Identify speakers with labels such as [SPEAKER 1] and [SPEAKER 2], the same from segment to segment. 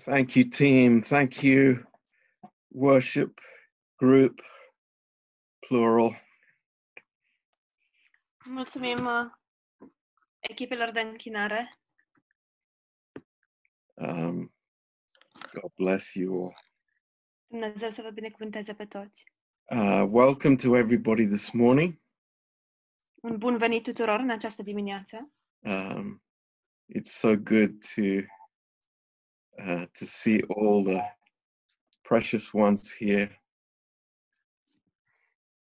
[SPEAKER 1] Thank you, team. Thank you, worship group, plural.
[SPEAKER 2] Mulțumim uh, echipelor de închinare.
[SPEAKER 1] Um, God bless you all.
[SPEAKER 2] Dumnezeu să vă binecuvânteze pe toți.
[SPEAKER 1] Uh, welcome to everybody this morning.
[SPEAKER 2] Un bun venit tuturor în această dimineață.
[SPEAKER 1] Um, it's so good to uh, to see all the precious ones here.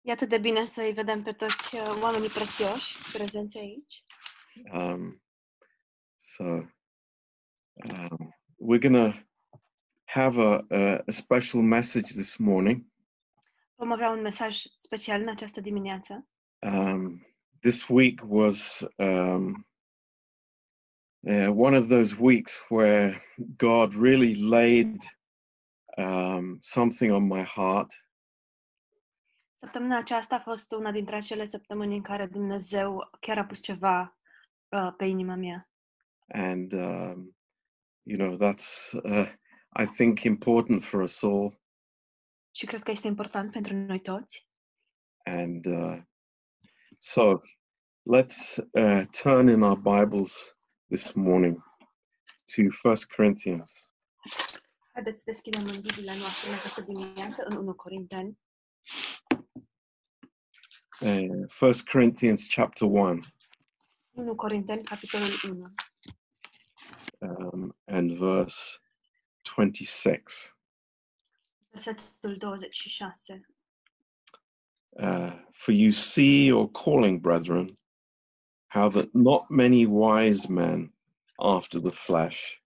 [SPEAKER 2] E atât de bine să-i vedem pe toți uh, oamenii prețioși prezenți aici.
[SPEAKER 1] Um, so um, we're gonna have a, a, a special message this morning.
[SPEAKER 2] Vom avea un mesaj special în această dimineață.
[SPEAKER 1] Um, this week was um, uh, one of those weeks where God really laid um, something on my heart,
[SPEAKER 2] Săptămâna aceasta a fost una dintre acele săptămâni în care Dumnezeu chiar a pus ceva uh, pe inima mea.
[SPEAKER 1] and um, you know that's uh, I think important for us all.
[SPEAKER 2] Și cred că este important pentru noi toți.
[SPEAKER 1] And uh, so let's uh, turn in our Bibles this morning to First Corinthians.
[SPEAKER 2] Haideți să deschidem în Biblia noastră în această dimineață, în 1 Corinteni,
[SPEAKER 1] Uh, 1 Corinthians chapter 1
[SPEAKER 2] 1 Corinteni, capitolul 1,
[SPEAKER 1] um, and verse 26.
[SPEAKER 2] versetul 26.
[SPEAKER 1] Uh, For you see your calling, brethren, how that not many wise men after the flesh,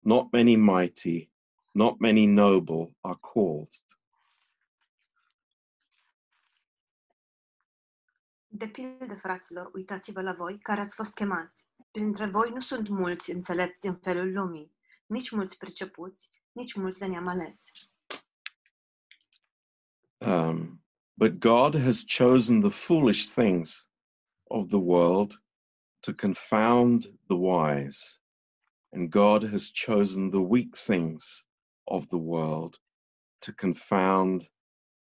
[SPEAKER 1] not many mighty, not many noble are called.
[SPEAKER 2] De pildă, fraților, uitați-vă la voi care ați fost chemați. Printre voi nu sunt mulți înțelepți în felul lumii, nici mulți pricepuți, nici mulți de neam ales.
[SPEAKER 1] Um, but God has chosen the foolish things of the world to confound the wise, and God has chosen the weak things of the world to confound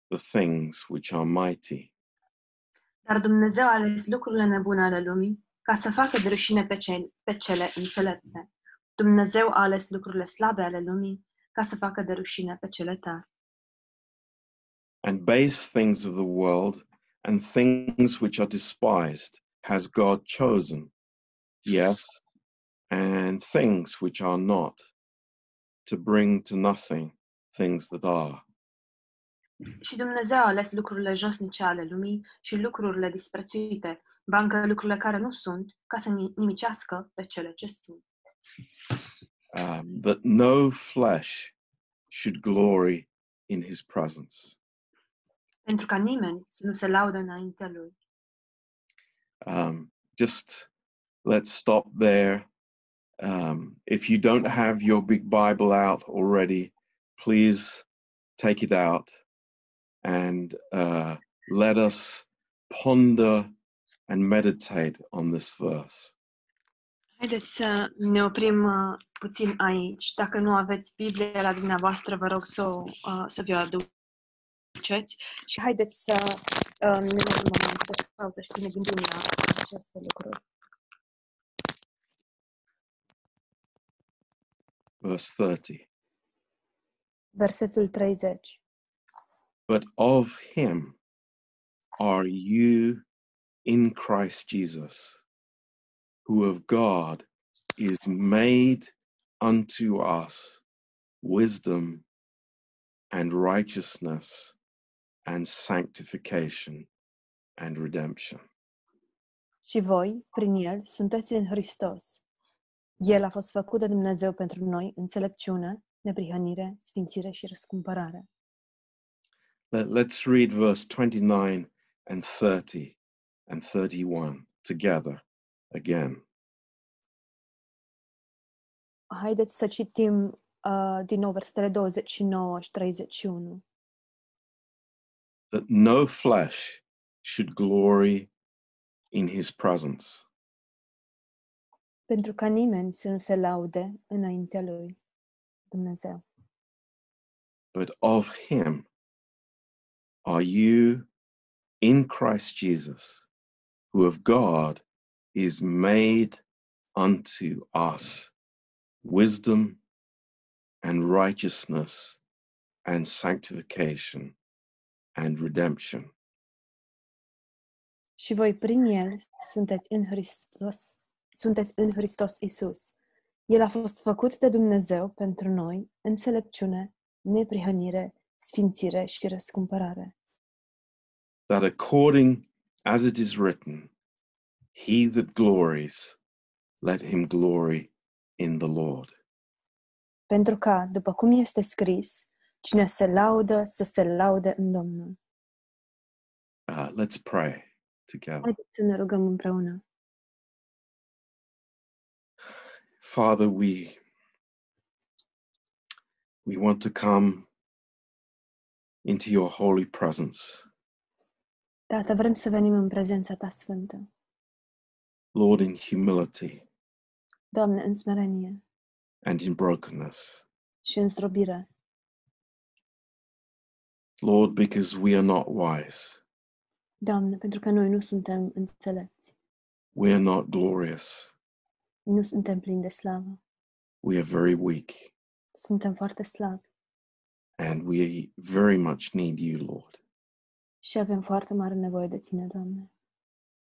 [SPEAKER 1] the things which are mighty.
[SPEAKER 2] Dar Dumnezeu a ales lucrurile nebune ale lumii ca să facă de rușine pe, cel, pe cele înțelepte. Dumnezeu a ales lucrurile slabe ale lumii ca să facă de rușine pe cele tari.
[SPEAKER 1] and base things of the world and things which are despised has God chosen, yes, and things which are not, to bring to nothing things that are,
[SPEAKER 2] Și Dumnezeu a ales lucrurile josnice ale lumii și lucrurile disprețuite, bancă lucrurile care nu sunt, ca să ni- nimicească pe cele ce sunt.
[SPEAKER 1] um, that no flesh should glory in his presence.
[SPEAKER 2] pentru ca nimeni să nu se laude înaintea lui.
[SPEAKER 1] Um, just let's stop there. Um, if you don't have your big Bible out already, please take it out and uh, let us ponder and meditate on this verse.
[SPEAKER 2] Haideți să ne oprim uh, puțin aici. Dacă nu aveți Biblia la dumneavoastră, vă rog să, o, uh, să vi-o aduceți și haideți să um, ne luăm un moment de pauză și să ne gândim la aceste lucruri.
[SPEAKER 1] Verse 30.
[SPEAKER 2] Versetul 30.
[SPEAKER 1] But of him are you in Christ Jesus, who of God is made unto us wisdom and righteousness and sanctification and redemption.
[SPEAKER 2] Și voi, prin El, sunteți în Hristos. El a fost făcut de Dumnezeu pentru noi înțelepciune, neprihănire, sfințire și răscumpărare.
[SPEAKER 1] Let, let's read verse 29 and 30 and 31 together again.
[SPEAKER 2] Haideți să citim uh, din nou versetele 29 și 31.
[SPEAKER 1] That no flesh should glory in his presence.
[SPEAKER 2] Pentru ca nimeni să nu se laude înaintea lui. Dumnezeu,
[SPEAKER 1] but of him are you in Christ Jesus, who of God is made unto us wisdom and righteousness and sanctification and redemption.
[SPEAKER 2] și voi prin El sunteți în Hristos, sunteți în Hristos Isus. El a fost făcut de Dumnezeu pentru noi înțelepciune, neprihănire, sfințire și răscumpărare.
[SPEAKER 1] that according as it is written, he that glories, let him glory in the Lord.
[SPEAKER 2] Pentru ca, după cum este scris, cine se laudă să se laude în Domnul.
[SPEAKER 1] Uh, let's pray together.
[SPEAKER 2] Haideți să ne rugăm împreună.
[SPEAKER 1] Father, we we want to come into your holy presence.
[SPEAKER 2] Tată, vrem să venim în prezența Ta Sfântă.
[SPEAKER 1] Lord, in humility
[SPEAKER 2] Doamne, în smerenie
[SPEAKER 1] and in brokenness.
[SPEAKER 2] și în zdrobire.
[SPEAKER 1] Lord, because we are not wise,
[SPEAKER 2] Doamne, pentru că noi nu suntem înțelepți,
[SPEAKER 1] we are not glorious,
[SPEAKER 2] nu suntem plini de slavă,
[SPEAKER 1] we are very weak,
[SPEAKER 2] suntem foarte slabi
[SPEAKER 1] and we very much need you, Lord.
[SPEAKER 2] și avem foarte mare nevoie de Tine, Doamne.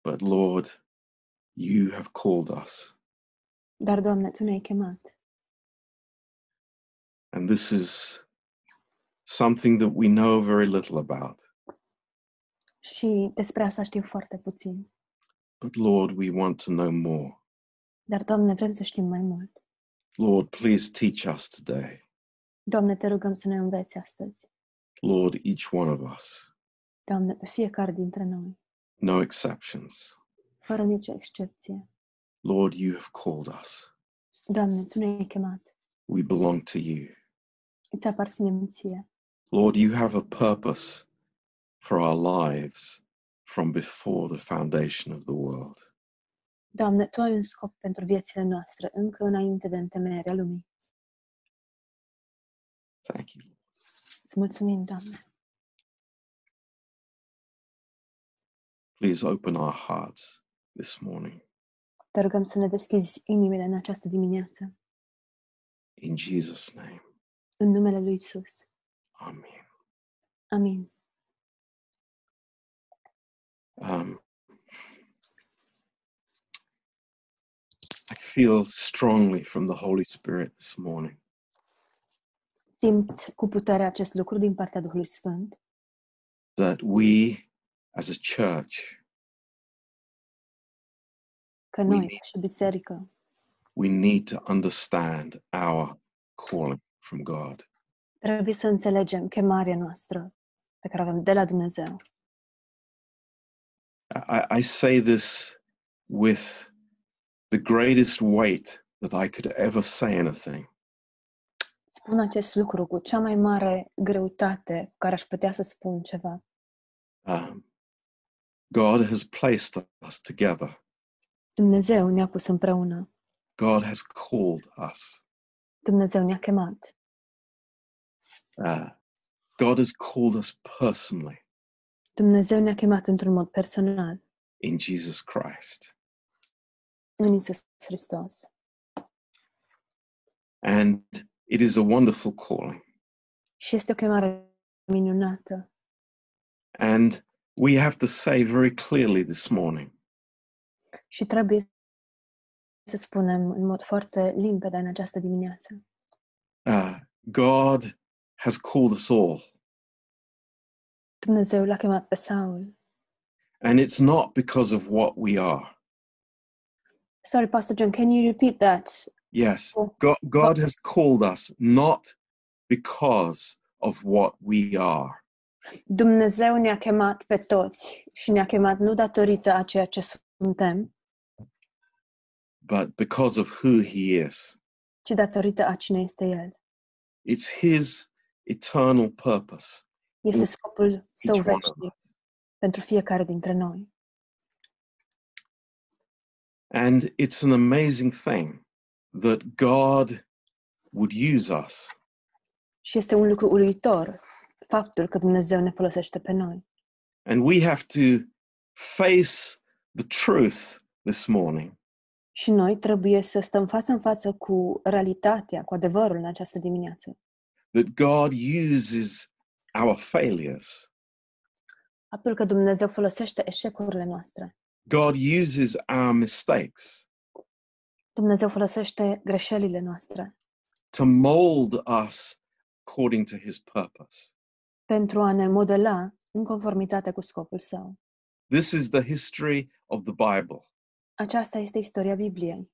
[SPEAKER 1] But Lord, you have called us.
[SPEAKER 2] Dar, Doamne, Tu ne-ai chemat
[SPEAKER 1] And this is something that we know very little about.
[SPEAKER 2] și despre asta știm foarte puțin.
[SPEAKER 1] But Lord, we want to know more.
[SPEAKER 2] Dar, Doamne, vrem să știm mai mult.
[SPEAKER 1] Lord, please teach us today.
[SPEAKER 2] Doamne, Te rugăm să ne înveți astăzi.
[SPEAKER 1] Lord, each one of us,
[SPEAKER 2] Doamne, pe fiecare dintre noi,
[SPEAKER 1] no exceptions.
[SPEAKER 2] fără nicio excepție.
[SPEAKER 1] Lord, you have called us.
[SPEAKER 2] Doamne, Tu ne-ai chemat.
[SPEAKER 1] We belong to you.
[SPEAKER 2] Îți aparținem Ție.
[SPEAKER 1] Lord, you have a purpose for our lives from before the foundation of the world.
[SPEAKER 2] Doamne, Tu ai un scop pentru viețile noastre încă înainte de întemeierea lumii.
[SPEAKER 1] Thank you.
[SPEAKER 2] Îți mulțumim, Doamne.
[SPEAKER 1] Please open our hearts this morning.
[SPEAKER 2] Te rugăm să ne deschizi inimile în această dimineață.
[SPEAKER 1] In Jesus' name,
[SPEAKER 2] În numele Lui Isus.
[SPEAKER 1] Amen.
[SPEAKER 2] Amin.
[SPEAKER 1] Um, I feel strongly from the Holy Spirit this morning
[SPEAKER 2] Simt cu putere acest lucru din partea Duhului Sfânt,
[SPEAKER 1] that we as a church,
[SPEAKER 2] că
[SPEAKER 1] Amin.
[SPEAKER 2] noi, ca și biserică,
[SPEAKER 1] we need to understand our calling from God.
[SPEAKER 2] trebuie să înțelegem chemarea noastră pe care o avem de la Dumnezeu.
[SPEAKER 1] I, I say this with the greatest weight that I could ever say anything,
[SPEAKER 2] Spun acest lucru cu cea mai mare greutate cu care aș putea să spun ceva.
[SPEAKER 1] um, God has placed us together.
[SPEAKER 2] Dumnezeu ne-a pus împreună.
[SPEAKER 1] God has called us.
[SPEAKER 2] Dumnezeu ne-a chemat.
[SPEAKER 1] Uh, God has called us personally.
[SPEAKER 2] Dumnezeu ne-a chemat într-un mod personal
[SPEAKER 1] in Jesus Christ.
[SPEAKER 2] în Isus Hristos.
[SPEAKER 1] And it is a wonderful calling.
[SPEAKER 2] Și este o chemare minunată.
[SPEAKER 1] And we have to say very clearly this morning
[SPEAKER 2] Și trebuie să spunem în mod foarte limpede în această dimineață.
[SPEAKER 1] uh, God has called us all.
[SPEAKER 2] Dumnezeu l-a chemat pe Saul.
[SPEAKER 1] And it's not because of what we are.
[SPEAKER 2] Sorry, Pastor John, can you repeat that?
[SPEAKER 1] Yes,
[SPEAKER 2] Oh.
[SPEAKER 1] God, God has called us not because of what we are.
[SPEAKER 2] Dumnezeu ne-a chemat pe toți și ne-a chemat nu datorită a ceea ce suntem,
[SPEAKER 1] But because of who He is.
[SPEAKER 2] ci datorită a cine este El.
[SPEAKER 1] It's His eternal purpose.
[SPEAKER 2] Este scopul său
[SPEAKER 1] Each one of
[SPEAKER 2] veșnic pentru fiecare dintre noi.
[SPEAKER 1] And it's an amazing thing that God would use us.
[SPEAKER 2] Și este un lucru uluitor, faptul că Dumnezeu ne folosește pe noi.
[SPEAKER 1] And we have to face the truth this morning.
[SPEAKER 2] Și noi trebuie să stăm față în față cu realitatea, cu adevărul în această dimineață.
[SPEAKER 1] that God uses our failures.
[SPEAKER 2] Faptul că Dumnezeu folosește eșecurile noastre.
[SPEAKER 1] God uses our mistakes
[SPEAKER 2] Dumnezeu folosește greșelile noastre
[SPEAKER 1] to mold us according to his purpose.
[SPEAKER 2] pentru a ne modela în conformitate cu scopul său.
[SPEAKER 1] This is the history of the Bible.
[SPEAKER 2] Aceasta este istoria Bibliei.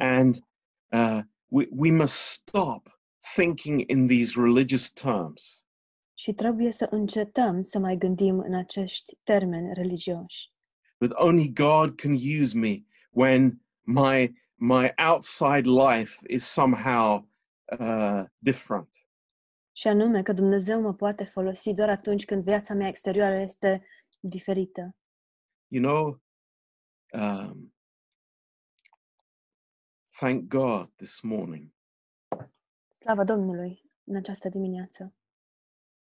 [SPEAKER 1] And uh, we, we must stop thinking in these religious terms
[SPEAKER 2] Și trebuie să încetăm să mai gândim în acești termeni religioși.
[SPEAKER 1] that only God can use me when my, my outside life is somehow uh, different.
[SPEAKER 2] Și anume că Dumnezeu mă poate folosi doar atunci când viața mea exterioară este diferită.
[SPEAKER 1] you know, um, thank God this morning
[SPEAKER 2] Slava Domnului în această dimineață.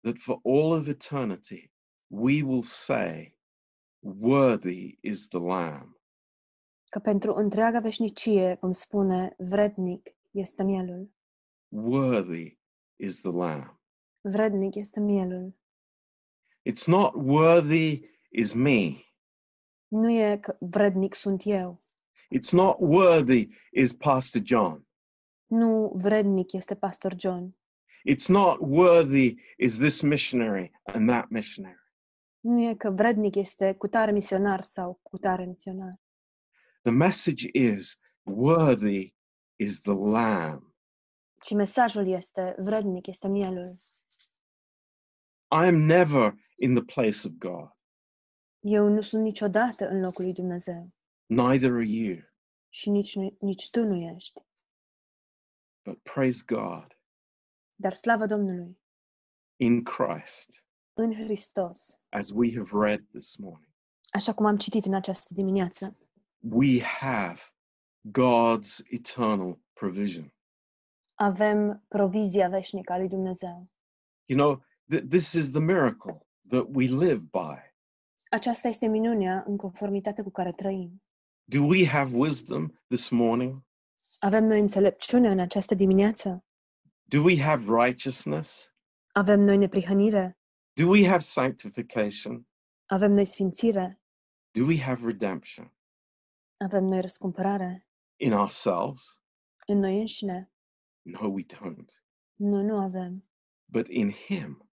[SPEAKER 1] that for all of eternity we will say, Worthy is the Lamb.
[SPEAKER 2] Că pentru întreaga veșnicie vom spune vrednic este mielul.
[SPEAKER 1] Worthy is the Lamb.
[SPEAKER 2] Vrednic este mielul.
[SPEAKER 1] It's not worthy is me.
[SPEAKER 2] Nu e că vrednic sunt eu.
[SPEAKER 1] It's not worthy is Pastor John.
[SPEAKER 2] Nu vrednic este pastor John.
[SPEAKER 1] It's not worthy is this missionary and that missionary.
[SPEAKER 2] Nu e că vrednic este cutare misionar sau cutare misionar.
[SPEAKER 1] The message is worthy is the Lamb.
[SPEAKER 2] ci mesajul este vrednic, este mielul.
[SPEAKER 1] I am never in the place of God,
[SPEAKER 2] Eu nu sunt niciodată în locul lui Dumnezeu
[SPEAKER 1] neither are you.
[SPEAKER 2] și nici, nu- nici tu nu ești.
[SPEAKER 1] But praise God,
[SPEAKER 2] Dar slavă Domnului,
[SPEAKER 1] in Christ,
[SPEAKER 2] în Hristos,
[SPEAKER 1] as we have read this morning,
[SPEAKER 2] așa cum am citit în această dimineață,
[SPEAKER 1] we have God's eternal provision.
[SPEAKER 2] avem provizia veșnică a lui Dumnezeu.
[SPEAKER 1] You know, th- this is the miracle that we live by.
[SPEAKER 2] Aceasta este minunea în conformitate cu care trăim.
[SPEAKER 1] Do we have wisdom this morning?
[SPEAKER 2] Avem noi înțelepciune în această dimineață?
[SPEAKER 1] Do we have righteousness?
[SPEAKER 2] Avem noi neprihănire?
[SPEAKER 1] Do we have sanctification?
[SPEAKER 2] Avem noi sfințire?
[SPEAKER 1] Do we have redemption
[SPEAKER 2] Avem noi răscumpărare?
[SPEAKER 1] in ourselves?
[SPEAKER 2] În noi înșine?
[SPEAKER 1] No, we don't.
[SPEAKER 2] Noi nu avem.
[SPEAKER 1] But in Him,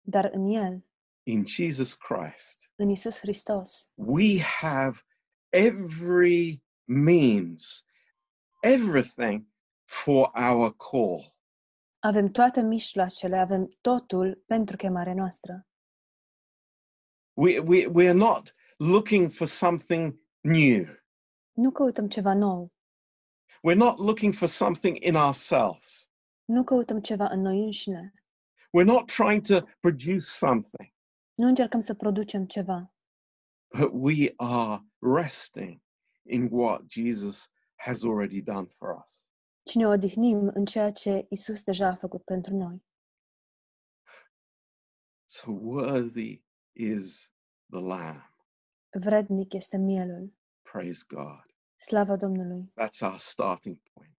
[SPEAKER 2] Dar în El,
[SPEAKER 1] in Jesus Christ,
[SPEAKER 2] în Isus Hristos,
[SPEAKER 1] we have every means, everything for our call.
[SPEAKER 2] Avem toate mijloacele, avem totul pentru chemarea noastră.
[SPEAKER 1] We, we, we're not looking for something new.
[SPEAKER 2] Nu căutăm ceva nou,
[SPEAKER 1] We're not looking for something in ourselves.
[SPEAKER 2] nu căutăm ceva în noi înșine,
[SPEAKER 1] We're not trying to produce something,
[SPEAKER 2] nu încercăm să producem ceva,
[SPEAKER 1] but we are resting in what Jesus has already done for us.
[SPEAKER 2] ci ne odihnim în ceea ce Isus deja a făcut pentru noi.
[SPEAKER 1] So worthy is the Lamb.
[SPEAKER 2] Vrednic este mielul.
[SPEAKER 1] Praise God.
[SPEAKER 2] Slava Domnului!
[SPEAKER 1] That's our starting point.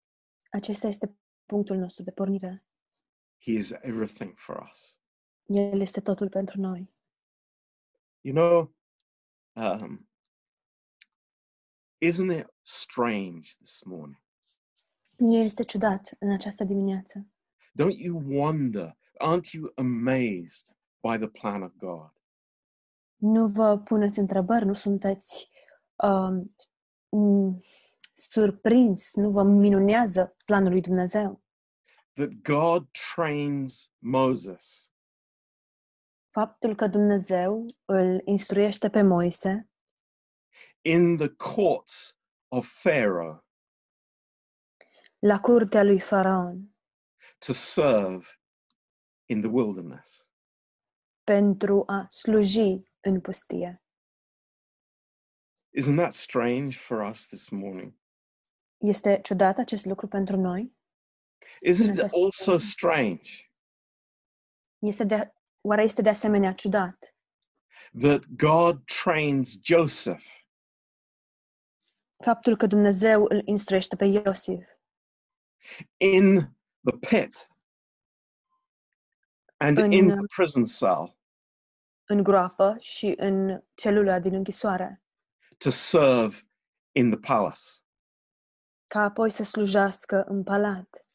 [SPEAKER 2] Acesta este punctul nostru de pornire.
[SPEAKER 1] He is everything for us.
[SPEAKER 2] El este totul pentru noi.
[SPEAKER 1] You know, um, isn't it strange this morning?
[SPEAKER 2] Nu este ciudat în această dimineață.
[SPEAKER 1] Don't you wonder? Aren't you amazed by the plan of God?
[SPEAKER 2] Nu vă puneți întrebări, nu sunteți um, m- surprins, nu vă minunează planul lui Dumnezeu.
[SPEAKER 1] That God trains Moses
[SPEAKER 2] faptul că Dumnezeu îl instruiește pe Moise
[SPEAKER 1] in the courts of Pharaoh
[SPEAKER 2] la curtea lui Faraon
[SPEAKER 1] to serve in the wilderness.
[SPEAKER 2] pentru a sluji în pustie.
[SPEAKER 1] Isn't that strange for us this morning?
[SPEAKER 2] Este ciudat acest lucru pentru noi?
[SPEAKER 1] Isn't it
[SPEAKER 2] Interesting.
[SPEAKER 1] also strange
[SPEAKER 2] Este de, oare este de asemenea ciudat
[SPEAKER 1] that God trains Joseph
[SPEAKER 2] faptul că Dumnezeu îl instruiește pe Iosif
[SPEAKER 1] in the pit and
[SPEAKER 2] În-
[SPEAKER 1] in the prison cell
[SPEAKER 2] în groapă și în celula din închisoare,
[SPEAKER 1] to serve in the palace?
[SPEAKER 2] ca apoi să slujească în palat?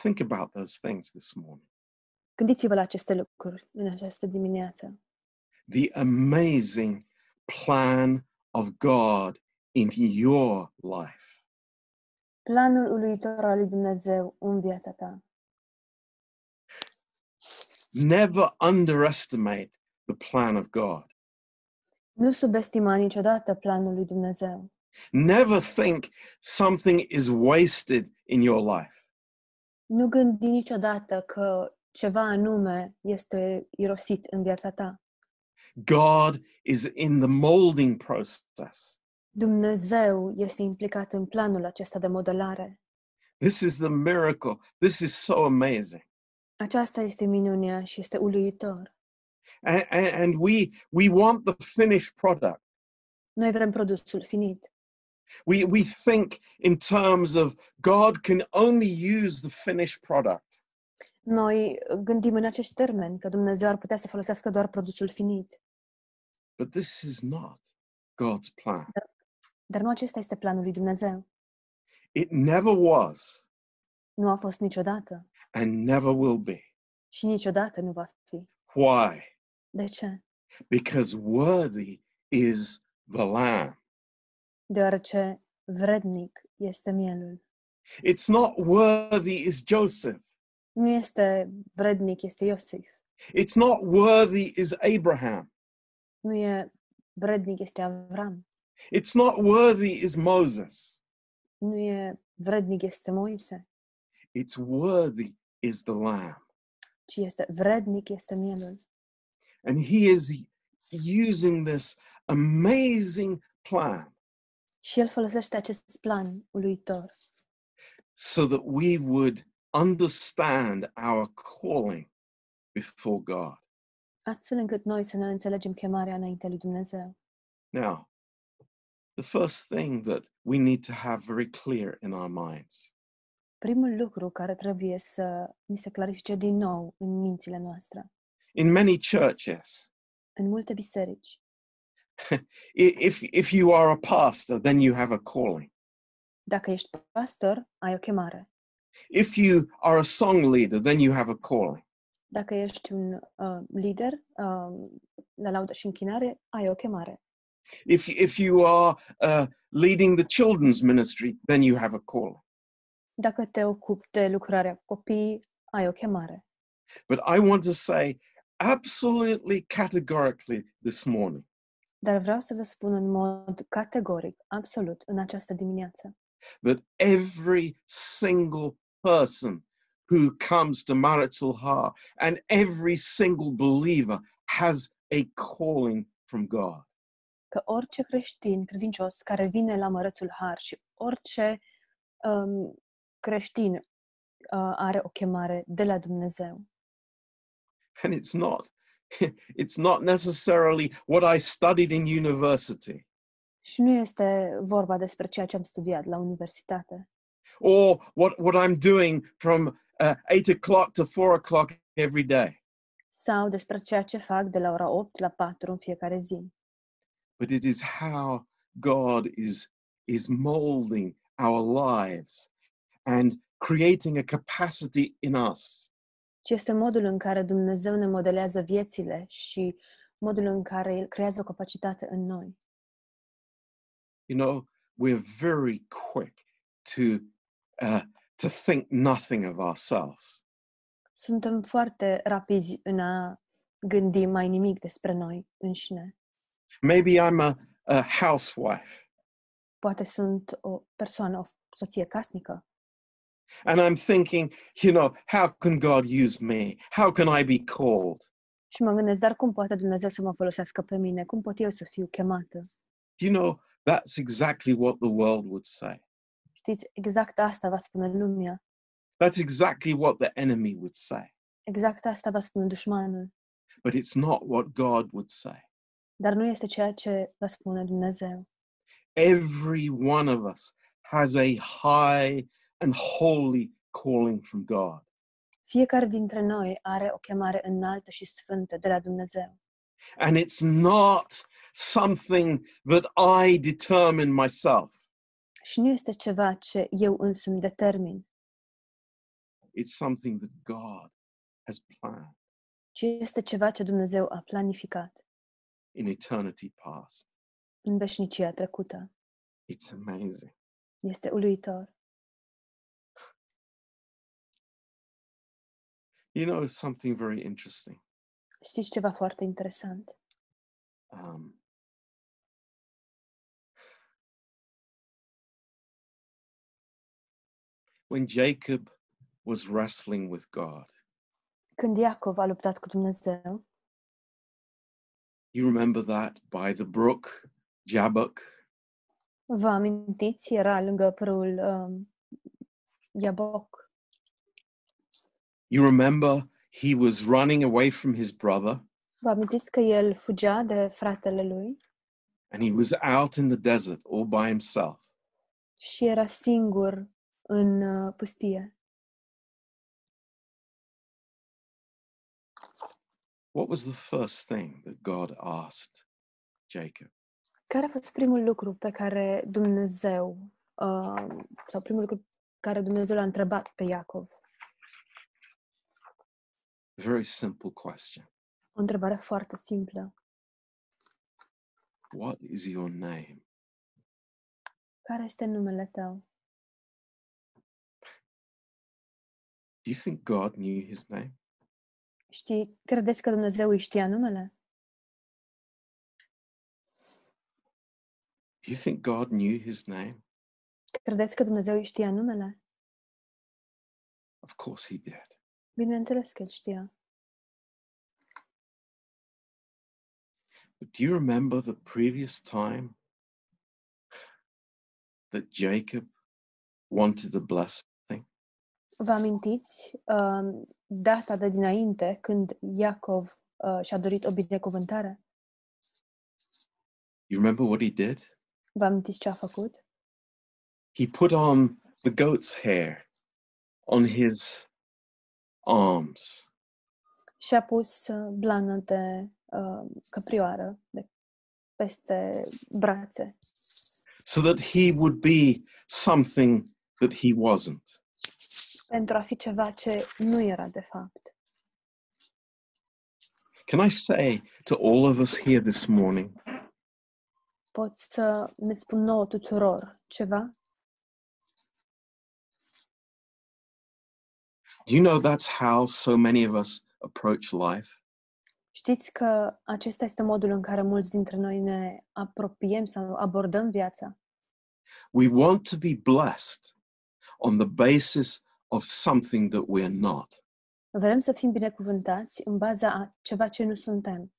[SPEAKER 1] Think about those things this morning.
[SPEAKER 2] Gândiți-vă la aceste lucruri în această dimineață.
[SPEAKER 1] The amazing plan of God in your life.
[SPEAKER 2] Planul uluitor al lui Dumnezeu în viața ta.
[SPEAKER 1] Never underestimate the plan of God.
[SPEAKER 2] Nu subestima niciodată planul lui Dumnezeu.
[SPEAKER 1] Never think something is wasted in your life.
[SPEAKER 2] Nu gândi niciodată că ceva anume este irosit în viața ta.
[SPEAKER 1] God is in the molding process.
[SPEAKER 2] Dumnezeu este implicat în planul acesta de modelare.
[SPEAKER 1] This is the miracle. This is so amazing.
[SPEAKER 2] Aceasta este minunea și este uluitor.
[SPEAKER 1] And, and we we want the finished product.
[SPEAKER 2] Noi vrem produsul finit.
[SPEAKER 1] We we think in terms of God can only use the finished product.
[SPEAKER 2] Noi gândim în acești termeni că Dumnezeu ar putea să folosească doar produsul finit,
[SPEAKER 1] But this is not God's plan.
[SPEAKER 2] dar nu acesta este planul lui Dumnezeu.
[SPEAKER 1] It never was
[SPEAKER 2] Nu a fost niciodată
[SPEAKER 1] and never will be.
[SPEAKER 2] și niciodată nu va fi.
[SPEAKER 1] Why?
[SPEAKER 2] De ce?
[SPEAKER 1] Because worthy is the lamb.
[SPEAKER 2] Deoarece vrednic este mielul.
[SPEAKER 1] It's not worthy is Joseph.
[SPEAKER 2] Nu este vrednic, este Iosif.
[SPEAKER 1] It's not worthy is Abraham.
[SPEAKER 2] Nu e vrednic, este Avram.
[SPEAKER 1] It's not worthy is Moses.
[SPEAKER 2] Nu e vrednic, este Moise,
[SPEAKER 1] It's worthy is the Lamb.
[SPEAKER 2] ci este vrednic, este mielul.
[SPEAKER 1] And he is using this amazing plan
[SPEAKER 2] Și el folosește acest plan uluitor
[SPEAKER 1] so that we would understand our calling before God.
[SPEAKER 2] astfel încât noi să ne înțelegem chemarea înaintea lui Dumnezeu.
[SPEAKER 1] Now, the first thing that we need to have very clear in our minds
[SPEAKER 2] Primul lucru care trebuie să ni se clarifice din nou în mințile noastre,
[SPEAKER 1] in many churches,
[SPEAKER 2] în multe biserici,
[SPEAKER 1] i- if, if you are a pastor, then you have a calling.
[SPEAKER 2] dacă ești pastor, ai o chemare.
[SPEAKER 1] If you are a song leader, then you have a calling.
[SPEAKER 2] Dacă ești un uh, lider uh, la laudă și închinare, ai o chemare.
[SPEAKER 1] If if you are uh, leading the children's ministry, then you have a calling.
[SPEAKER 2] Dacă te ocupi de lucrarea cu copii, ai o chemare.
[SPEAKER 1] But I want to say absolutely categorically this morning
[SPEAKER 2] Dar vreau să vă spun în mod categoric, absolut, în această dimineață,
[SPEAKER 1] that every single person who comes to marital heart and every single believer has a calling from God.
[SPEAKER 2] că orice creștin credincios care vine la Mărețul Har și orice um, creștin uh, are o chemare de la Dumnezeu.
[SPEAKER 1] And it's not it's not necessarily what I studied in university
[SPEAKER 2] Și nu este vorba despre ceea ce am studiat la universitate
[SPEAKER 1] or what, what I'm doing from uh, eight o'clock to four o'clock every day.
[SPEAKER 2] sau despre ceea ce fac de la ora 8 la 4 în fiecare zi,
[SPEAKER 1] but it is how God is is molding our lives and creating a capacity in us
[SPEAKER 2] ci este modul în care Dumnezeu ne modelează viețile și modul în care El creează o capacitate în noi.
[SPEAKER 1] you know we're very quick to uh, to think nothing of ourselves
[SPEAKER 2] Suntem foarte rapizi în a gândi mai nimic despre noi înșine.
[SPEAKER 1] maybe i'm a, a housewife
[SPEAKER 2] poate sunt o persoană, o soție casnică
[SPEAKER 1] and i'm thinking you know how can god use me how can i be called
[SPEAKER 2] și mă gândesc, dar cum poate Dumnezeu să mă folosească pe mine? Cum pot eu să fiu chemată?
[SPEAKER 1] you know that's exactly what the world would say
[SPEAKER 2] Știți, exact asta va spune lumea.
[SPEAKER 1] That's exactly what the enemy would say,
[SPEAKER 2] Exact asta va spune dușmanul,
[SPEAKER 1] but it's not what God would say.
[SPEAKER 2] dar nu este ceea ce va spune Dumnezeu.
[SPEAKER 1] Every one of us has a high and holy calling from God.
[SPEAKER 2] Fiecare dintre noi are o chemare înaltă și sfântă de la Dumnezeu.
[SPEAKER 1] And it's not something that I determine myself.
[SPEAKER 2] Și nu este ceva ce eu însumi determin,
[SPEAKER 1] It's something that God has planned
[SPEAKER 2] ci este ceva ce Dumnezeu a planificat
[SPEAKER 1] in eternity past.
[SPEAKER 2] în veșnicia trecută.
[SPEAKER 1] It's amazing.
[SPEAKER 2] Este uluitor.
[SPEAKER 1] You know, something very interesting.
[SPEAKER 2] Știți ceva foarte interesant?
[SPEAKER 1] Um, when Jacob was wrestling with God,
[SPEAKER 2] Când Iacov a luptat cu Dumnezeu,
[SPEAKER 1] you remember that by the brook, Jabbok,
[SPEAKER 2] vă amintiți, era lângă părul um, Iaboc.
[SPEAKER 1] you remember he was running away from his brother
[SPEAKER 2] Vă amintiți că el fugea de fratele lui
[SPEAKER 1] and he was out in the desert all by himself.
[SPEAKER 2] și era singur în uh, pustie.
[SPEAKER 1] What was the first thing that God asked Jacob?
[SPEAKER 2] Care a fost primul lucru pe care Dumnezeu, uh, sau primul lucru care Dumnezeu l-a întrebat pe Iacov?
[SPEAKER 1] Very simple question.
[SPEAKER 2] O întrebare foarte simplă.
[SPEAKER 1] What is your name?
[SPEAKER 2] Care este numele tău?
[SPEAKER 1] Do you think God knew his name?
[SPEAKER 2] Știi, credeți că Dumnezeu îi știa numele?
[SPEAKER 1] Do you think God knew his name?
[SPEAKER 2] Credeți că Dumnezeu îi știa numele?
[SPEAKER 1] Of course he did.
[SPEAKER 2] Bineînțeles că îl știa.
[SPEAKER 1] But do you remember the previous time that Jacob wanted a blessing?
[SPEAKER 2] Vă amintiți um, data de dinainte când Iacov uh, și-a dorit o binecuvântare?
[SPEAKER 1] You remember what he did?
[SPEAKER 2] Vă amintiți ce a făcut?
[SPEAKER 1] He put on the goat's hair on his arms
[SPEAKER 2] Și-a pus uh, blană de uh, căprioară de peste brațe,
[SPEAKER 1] so that he would be something that he wasn't.
[SPEAKER 2] pentru a fi ceva ce nu era de fapt.
[SPEAKER 1] Can I say to all of us here this morning,
[SPEAKER 2] Pot să ne spun nouă tuturor ceva?
[SPEAKER 1] do you know that's how so many of us approach life?
[SPEAKER 2] Știți că acesta este modul în care mulți dintre noi ne apropiem sau abordăm viața.
[SPEAKER 1] We want to be blessed on the basis of something that we're not.
[SPEAKER 2] Vrem să fim binecuvântați în baza a ceva ce nu suntem.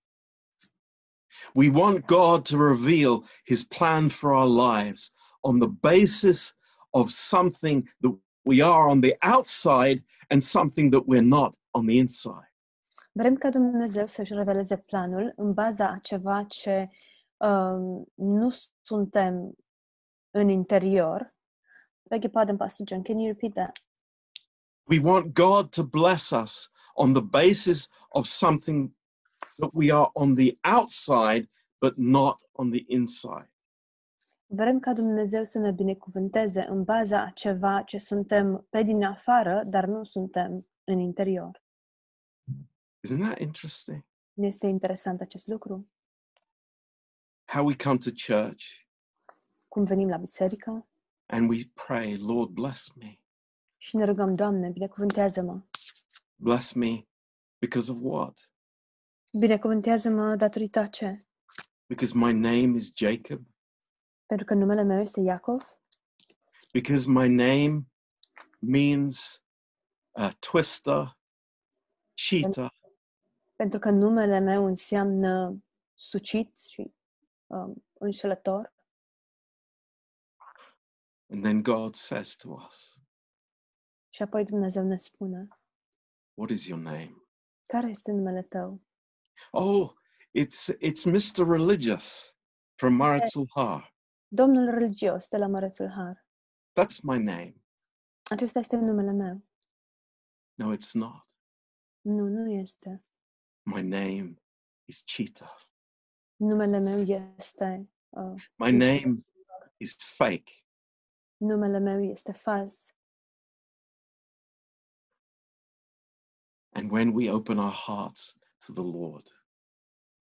[SPEAKER 1] We want God to reveal his plan for our lives on the basis of something that we are on the outside and something that we're not on the inside.
[SPEAKER 2] Vrem ca Dumnezeu să-și reveleze planul în baza a ceva ce um, nu suntem în interior. Beg your pardon, Pastor John, can you repeat that?
[SPEAKER 1] We want God to bless us on the basis of something that we are on the outside but not on the inside.
[SPEAKER 2] Vrem ca Dumnezeu să ne binecuvânteze în baza a ceva ce suntem pe din afară, dar nu suntem în interior.
[SPEAKER 1] Isn't that interesting?
[SPEAKER 2] Nu este interesant acest lucru?
[SPEAKER 1] How we come to church
[SPEAKER 2] Cum venim la biserică
[SPEAKER 1] and we pray, Lord, bless me.
[SPEAKER 2] și ne rugăm, Doamne, binecuvântează-mă.
[SPEAKER 1] Bless me because of what?
[SPEAKER 2] Binecuvântează-mă datorită a ce?
[SPEAKER 1] Because my name is Jacob,
[SPEAKER 2] Pentru că numele meu este Iacov,
[SPEAKER 1] because my name means uh, twister, cheater,
[SPEAKER 2] pentru că numele meu înseamnă sucit și um, înșelător.
[SPEAKER 1] and then God says to us,
[SPEAKER 2] Și apoi Dumnezeu ne spune,
[SPEAKER 1] What is your name?
[SPEAKER 2] care este numele tău?
[SPEAKER 1] Oh, it's it's Mr. Religious from Maritzul Har.
[SPEAKER 2] Domnul religios de la Mărețul Har.
[SPEAKER 1] That's my name.
[SPEAKER 2] Acesta este numele meu.
[SPEAKER 1] No, it's not.
[SPEAKER 2] Nu, nu este.
[SPEAKER 1] My name is Cheetah.
[SPEAKER 2] Numele meu este... Uh,
[SPEAKER 1] My
[SPEAKER 2] Yes.
[SPEAKER 1] name is fake.
[SPEAKER 2] numele meu este fals.
[SPEAKER 1] And when we open our hearts to the Lord,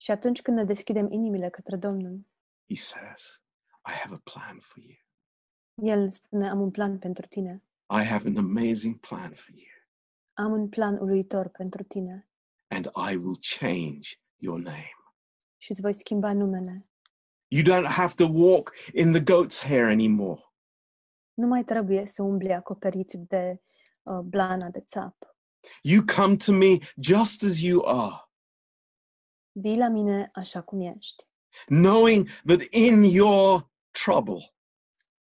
[SPEAKER 2] Și atunci când ne deschidem inimile către Domnul,
[SPEAKER 1] He says, I have a plan for you.
[SPEAKER 2] El îmi spune, am un plan pentru tine.
[SPEAKER 1] I have an amazing plan for you.
[SPEAKER 2] Am un plan uluitor pentru tine
[SPEAKER 1] And I will change your name.
[SPEAKER 2] și îți voi schimba numele.
[SPEAKER 1] You don't have to walk in the goat's hair anymore.
[SPEAKER 2] Nu mai trebuie să umbli acoperit de uh, blana de țap.
[SPEAKER 1] You come to me just as you are,
[SPEAKER 2] Vii la mine așa cum ești,
[SPEAKER 1] knowing that in your trouble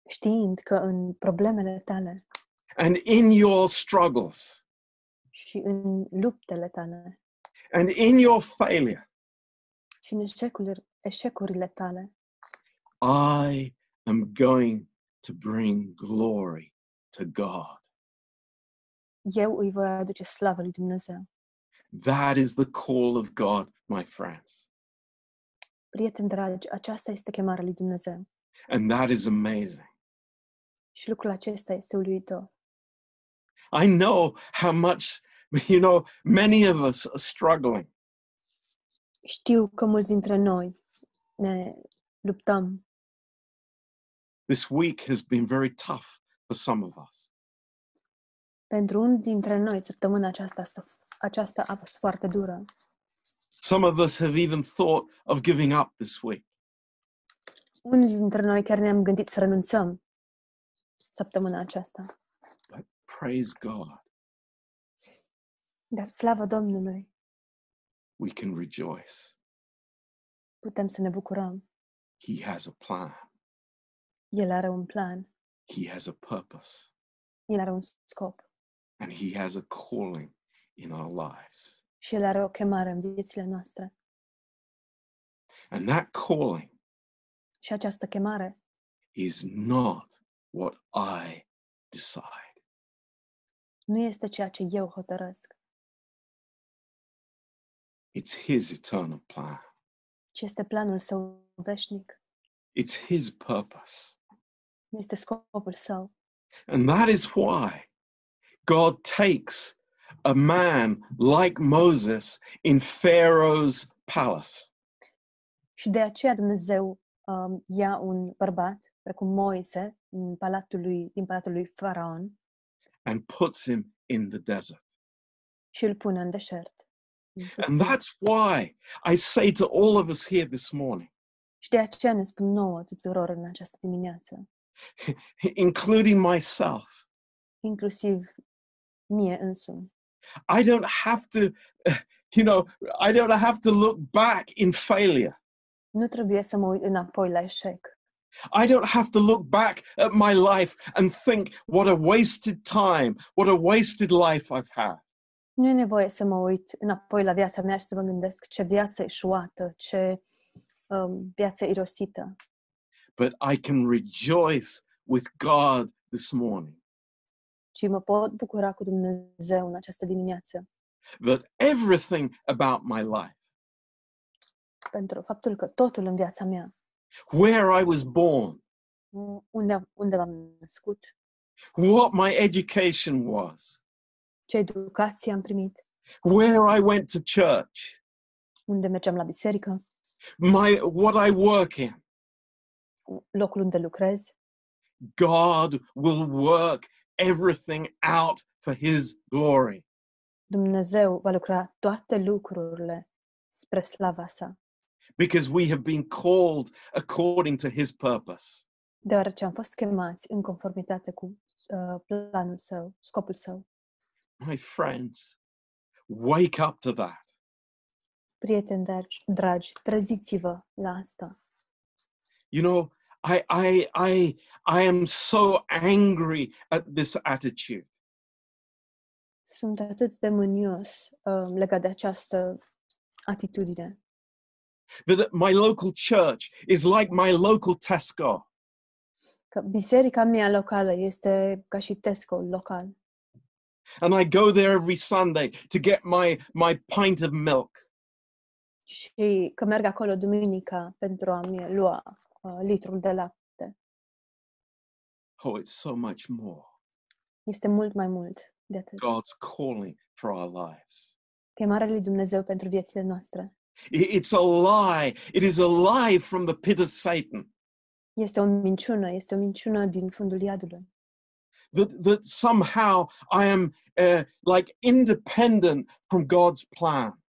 [SPEAKER 2] știind că în problemele tale
[SPEAKER 1] and in your struggles
[SPEAKER 2] și în luptele tale
[SPEAKER 1] and in your failure,
[SPEAKER 2] și în eșecurile, eșecurile tale,
[SPEAKER 1] I am going to bring glory to God.
[SPEAKER 2] eu îi voi aduce slavă lui Dumnezeu.
[SPEAKER 1] That is the call of God, my friends.
[SPEAKER 2] Prieteni dragi, aceasta este chemarea lui Dumnezeu
[SPEAKER 1] And that is amazing.
[SPEAKER 2] și lucrul acesta este uluitor.
[SPEAKER 1] I know how much, you know, many of us are struggling.
[SPEAKER 2] Știu că mulți dintre noi ne luptăm.
[SPEAKER 1] This week has been very tough for some of us.
[SPEAKER 2] Pentru unul dintre noi, săptămâna aceasta, a fost- aceasta a fost foarte dură.
[SPEAKER 1] Some of us have even thought of giving up this week.
[SPEAKER 2] Unul dintre noi chiar ne-am gândit să renunțăm săptămâna aceasta.
[SPEAKER 1] Praise God,
[SPEAKER 2] Dar slavă Domnului,
[SPEAKER 1] we can rejoice.
[SPEAKER 2] putem să ne bucurăm.
[SPEAKER 1] He has a plan,
[SPEAKER 2] El are un plan,
[SPEAKER 1] He has a purpose,
[SPEAKER 2] El are un scop
[SPEAKER 1] and He has a calling in our lives.
[SPEAKER 2] și El are o chemare în viețile noastre.
[SPEAKER 1] And that calling
[SPEAKER 2] Și această chemare
[SPEAKER 1] is not what I decide.
[SPEAKER 2] nu este ceea ce eu hotărăsc,
[SPEAKER 1] It's His eternal plan,
[SPEAKER 2] ci este planul Său veșnic,
[SPEAKER 1] it's His purpose.
[SPEAKER 2] este scopul Său.
[SPEAKER 1] And that is why God takes a man like Moses in Pharaoh's palace.
[SPEAKER 2] Și de aceea Dumnezeu um, ia un bărbat, precum Moise, în palatul lui, din palatul lui Faraon
[SPEAKER 1] and puts him in the desert.
[SPEAKER 2] și îl pune în deșert. în pustie.
[SPEAKER 1] And that's why I say to all of us here this morning,
[SPEAKER 2] Și de aceea ne spun nouă tuturor în această dimineață,
[SPEAKER 1] including myself,
[SPEAKER 2] inclusiv mie însumi.
[SPEAKER 1] I don't have to, you know, I don't have to look back in failure.
[SPEAKER 2] Nu trebuie să mă uit înapoi la eșec.
[SPEAKER 1] I don't have to look back at my life and think, what a wasted time, what a wasted life I've had.
[SPEAKER 2] Nu e nevoie să mă uit înapoi la viața mea și să mă gândesc ce viață eșuată, ce um, viață irosită.
[SPEAKER 1] But I can rejoice with God this morning
[SPEAKER 2] Ci mă pot bucura cu Dumnezeu în această dimineață
[SPEAKER 1] that everything about my life,
[SPEAKER 2] pentru faptul că totul în viața mea,
[SPEAKER 1] where I was born,
[SPEAKER 2] unde, unde m-am născut,
[SPEAKER 1] what my education was,
[SPEAKER 2] ce educație am primit,
[SPEAKER 1] where I went to church,
[SPEAKER 2] unde mergeam la biserică,
[SPEAKER 1] my what I work in.
[SPEAKER 2] locul unde lucrez,
[SPEAKER 1] God will work everything out for his glory.
[SPEAKER 2] Dumnezeu va lucra toate lucrurile spre slava sa,
[SPEAKER 1] Because we have been called according to his purpose.
[SPEAKER 2] deoarece am fost chemați în conformitate cu uh, planul său, scopul său.
[SPEAKER 1] My friends, wake up to that.
[SPEAKER 2] Prieteni dragi, dragi treziți-vă la asta.
[SPEAKER 1] You know, I I I I am so angry at this attitude.
[SPEAKER 2] sunt atât de mânios um, legat de această atitudine.
[SPEAKER 1] That my local church is like my local Tesco.
[SPEAKER 2] Că biserica mea locală este ca și Tesco local.
[SPEAKER 1] And I go there every Sunday to get my, my pint of milk.
[SPEAKER 2] Și că merg acolo duminica pentru a-mi lua uh, litrul de lapte.
[SPEAKER 1] Oh, it's so much more.
[SPEAKER 2] Este mult mai mult de atât.
[SPEAKER 1] God's calling for our lives.
[SPEAKER 2] Chemarea lui Dumnezeu pentru viețile noastre
[SPEAKER 1] I- It's a lie. It is a lie from the pit of Satan
[SPEAKER 2] este o minciună, este o minciună din fundul iadului.
[SPEAKER 1] that, that somehow I am uh, like independent from God's plan,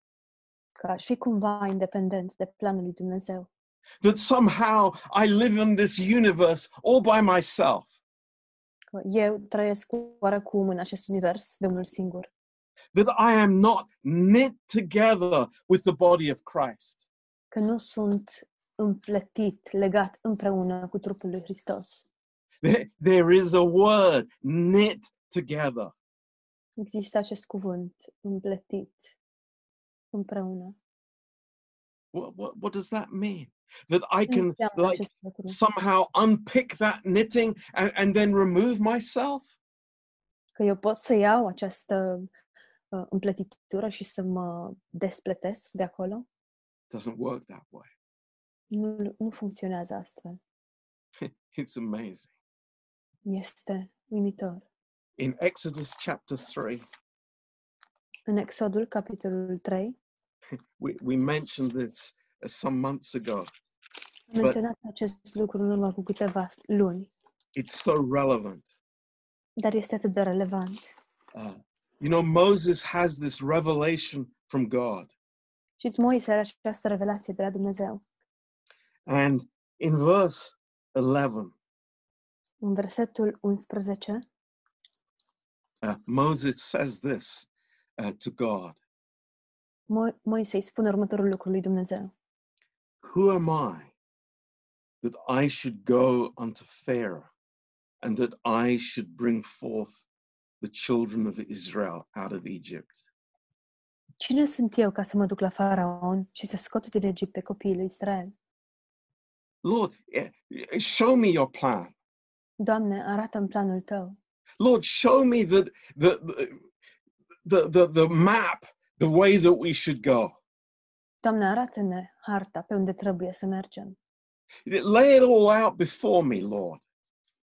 [SPEAKER 2] Că aș fi cumva independent de planul lui Dumnezeu.
[SPEAKER 1] that somehow I live in this universe all by myself,
[SPEAKER 2] Că eu trăiesc oarecum în acest univers de unul singur.
[SPEAKER 1] that I am not knit together with the body of Christ.
[SPEAKER 2] că nu sunt împletit, legat împreună cu trupul lui Hristos.
[SPEAKER 1] There, there is a word, knit together.
[SPEAKER 2] Există acest cuvânt, împletit, împreună.
[SPEAKER 1] What, what, what does that mean? That I
[SPEAKER 2] Ce
[SPEAKER 1] can
[SPEAKER 2] înseamnă
[SPEAKER 1] like
[SPEAKER 2] acest lucru?
[SPEAKER 1] somehow unpick that knitting and, and then remove myself?
[SPEAKER 2] Că eu pot să iau această uh, împletitură și să mă despletesc de acolo?
[SPEAKER 1] Doesn't work that way.
[SPEAKER 2] Nu, nu funcționează astfel.
[SPEAKER 1] It's amazing.
[SPEAKER 2] Este uimitor.
[SPEAKER 1] In Exodus chapter 3,
[SPEAKER 2] În Exodul, capitolul 3,
[SPEAKER 1] we, we mentioned this uh, some months ago.
[SPEAKER 2] am menționat acest lucru în urmă cu câteva luni,
[SPEAKER 1] It's so relevant.
[SPEAKER 2] dar este atât de relevant.
[SPEAKER 1] Uh, you know, Moses has this revelation from God.
[SPEAKER 2] Și Moise are această revelație de la Dumnezeu.
[SPEAKER 1] And in verse 11,
[SPEAKER 2] În versetul 11,
[SPEAKER 1] uh, Moses says this uh, to God
[SPEAKER 2] Mo- Moise îi spune următorul lucru lui Dumnezeu.
[SPEAKER 1] Who am I that I should go unto Pharaoh and that I should bring forth the children of Israel out of Egypt?
[SPEAKER 2] Cine sunt eu ca să mă duc la faraon și să scot din Egipt pe copiii lui Israel?
[SPEAKER 1] Lord, eh, eh, show me your plan.
[SPEAKER 2] Doamne, arată în planul tău.
[SPEAKER 1] Lord, show me the the the the, the map, the way that we should go.
[SPEAKER 2] Doamne, arată-ne harta pe unde trebuie să mergem.
[SPEAKER 1] Lay it all out before me, Lord.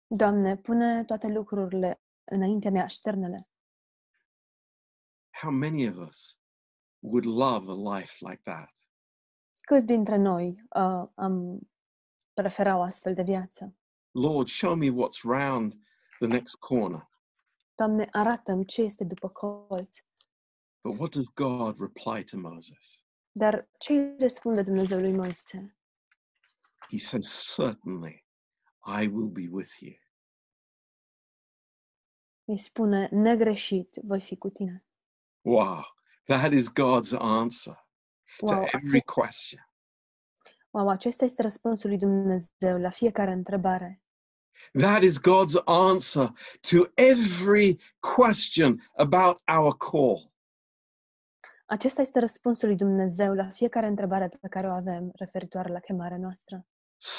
[SPEAKER 2] Doamne, pune toate lucrurile înaintea mea, șternele.
[SPEAKER 1] How many of us would love a life like that?
[SPEAKER 2] Câți dintre noi uh, am prefera o astfel de viață?
[SPEAKER 1] Lord, show me what's round the next corner.
[SPEAKER 2] Doamne, arată-mi ce este după colț.
[SPEAKER 1] But what does God reply to Moses?
[SPEAKER 2] Dar ce îi răspunde Dumnezeu lui Moise?
[SPEAKER 1] He says, Certainly, I will be with you.
[SPEAKER 2] Îi spune, negreșit voi fi cu tine.
[SPEAKER 1] Wow, that is God's answer
[SPEAKER 2] Wow,
[SPEAKER 1] to Da, every
[SPEAKER 2] acest,
[SPEAKER 1] question.
[SPEAKER 2] wow, acesta este răspunsul lui Dumnezeu la fiecare întrebare.
[SPEAKER 1] That is God's answer to every question about our call.
[SPEAKER 2] Acesta este răspunsul lui Dumnezeu la fiecare întrebare pe care o avem referitoare la chemarea noastră.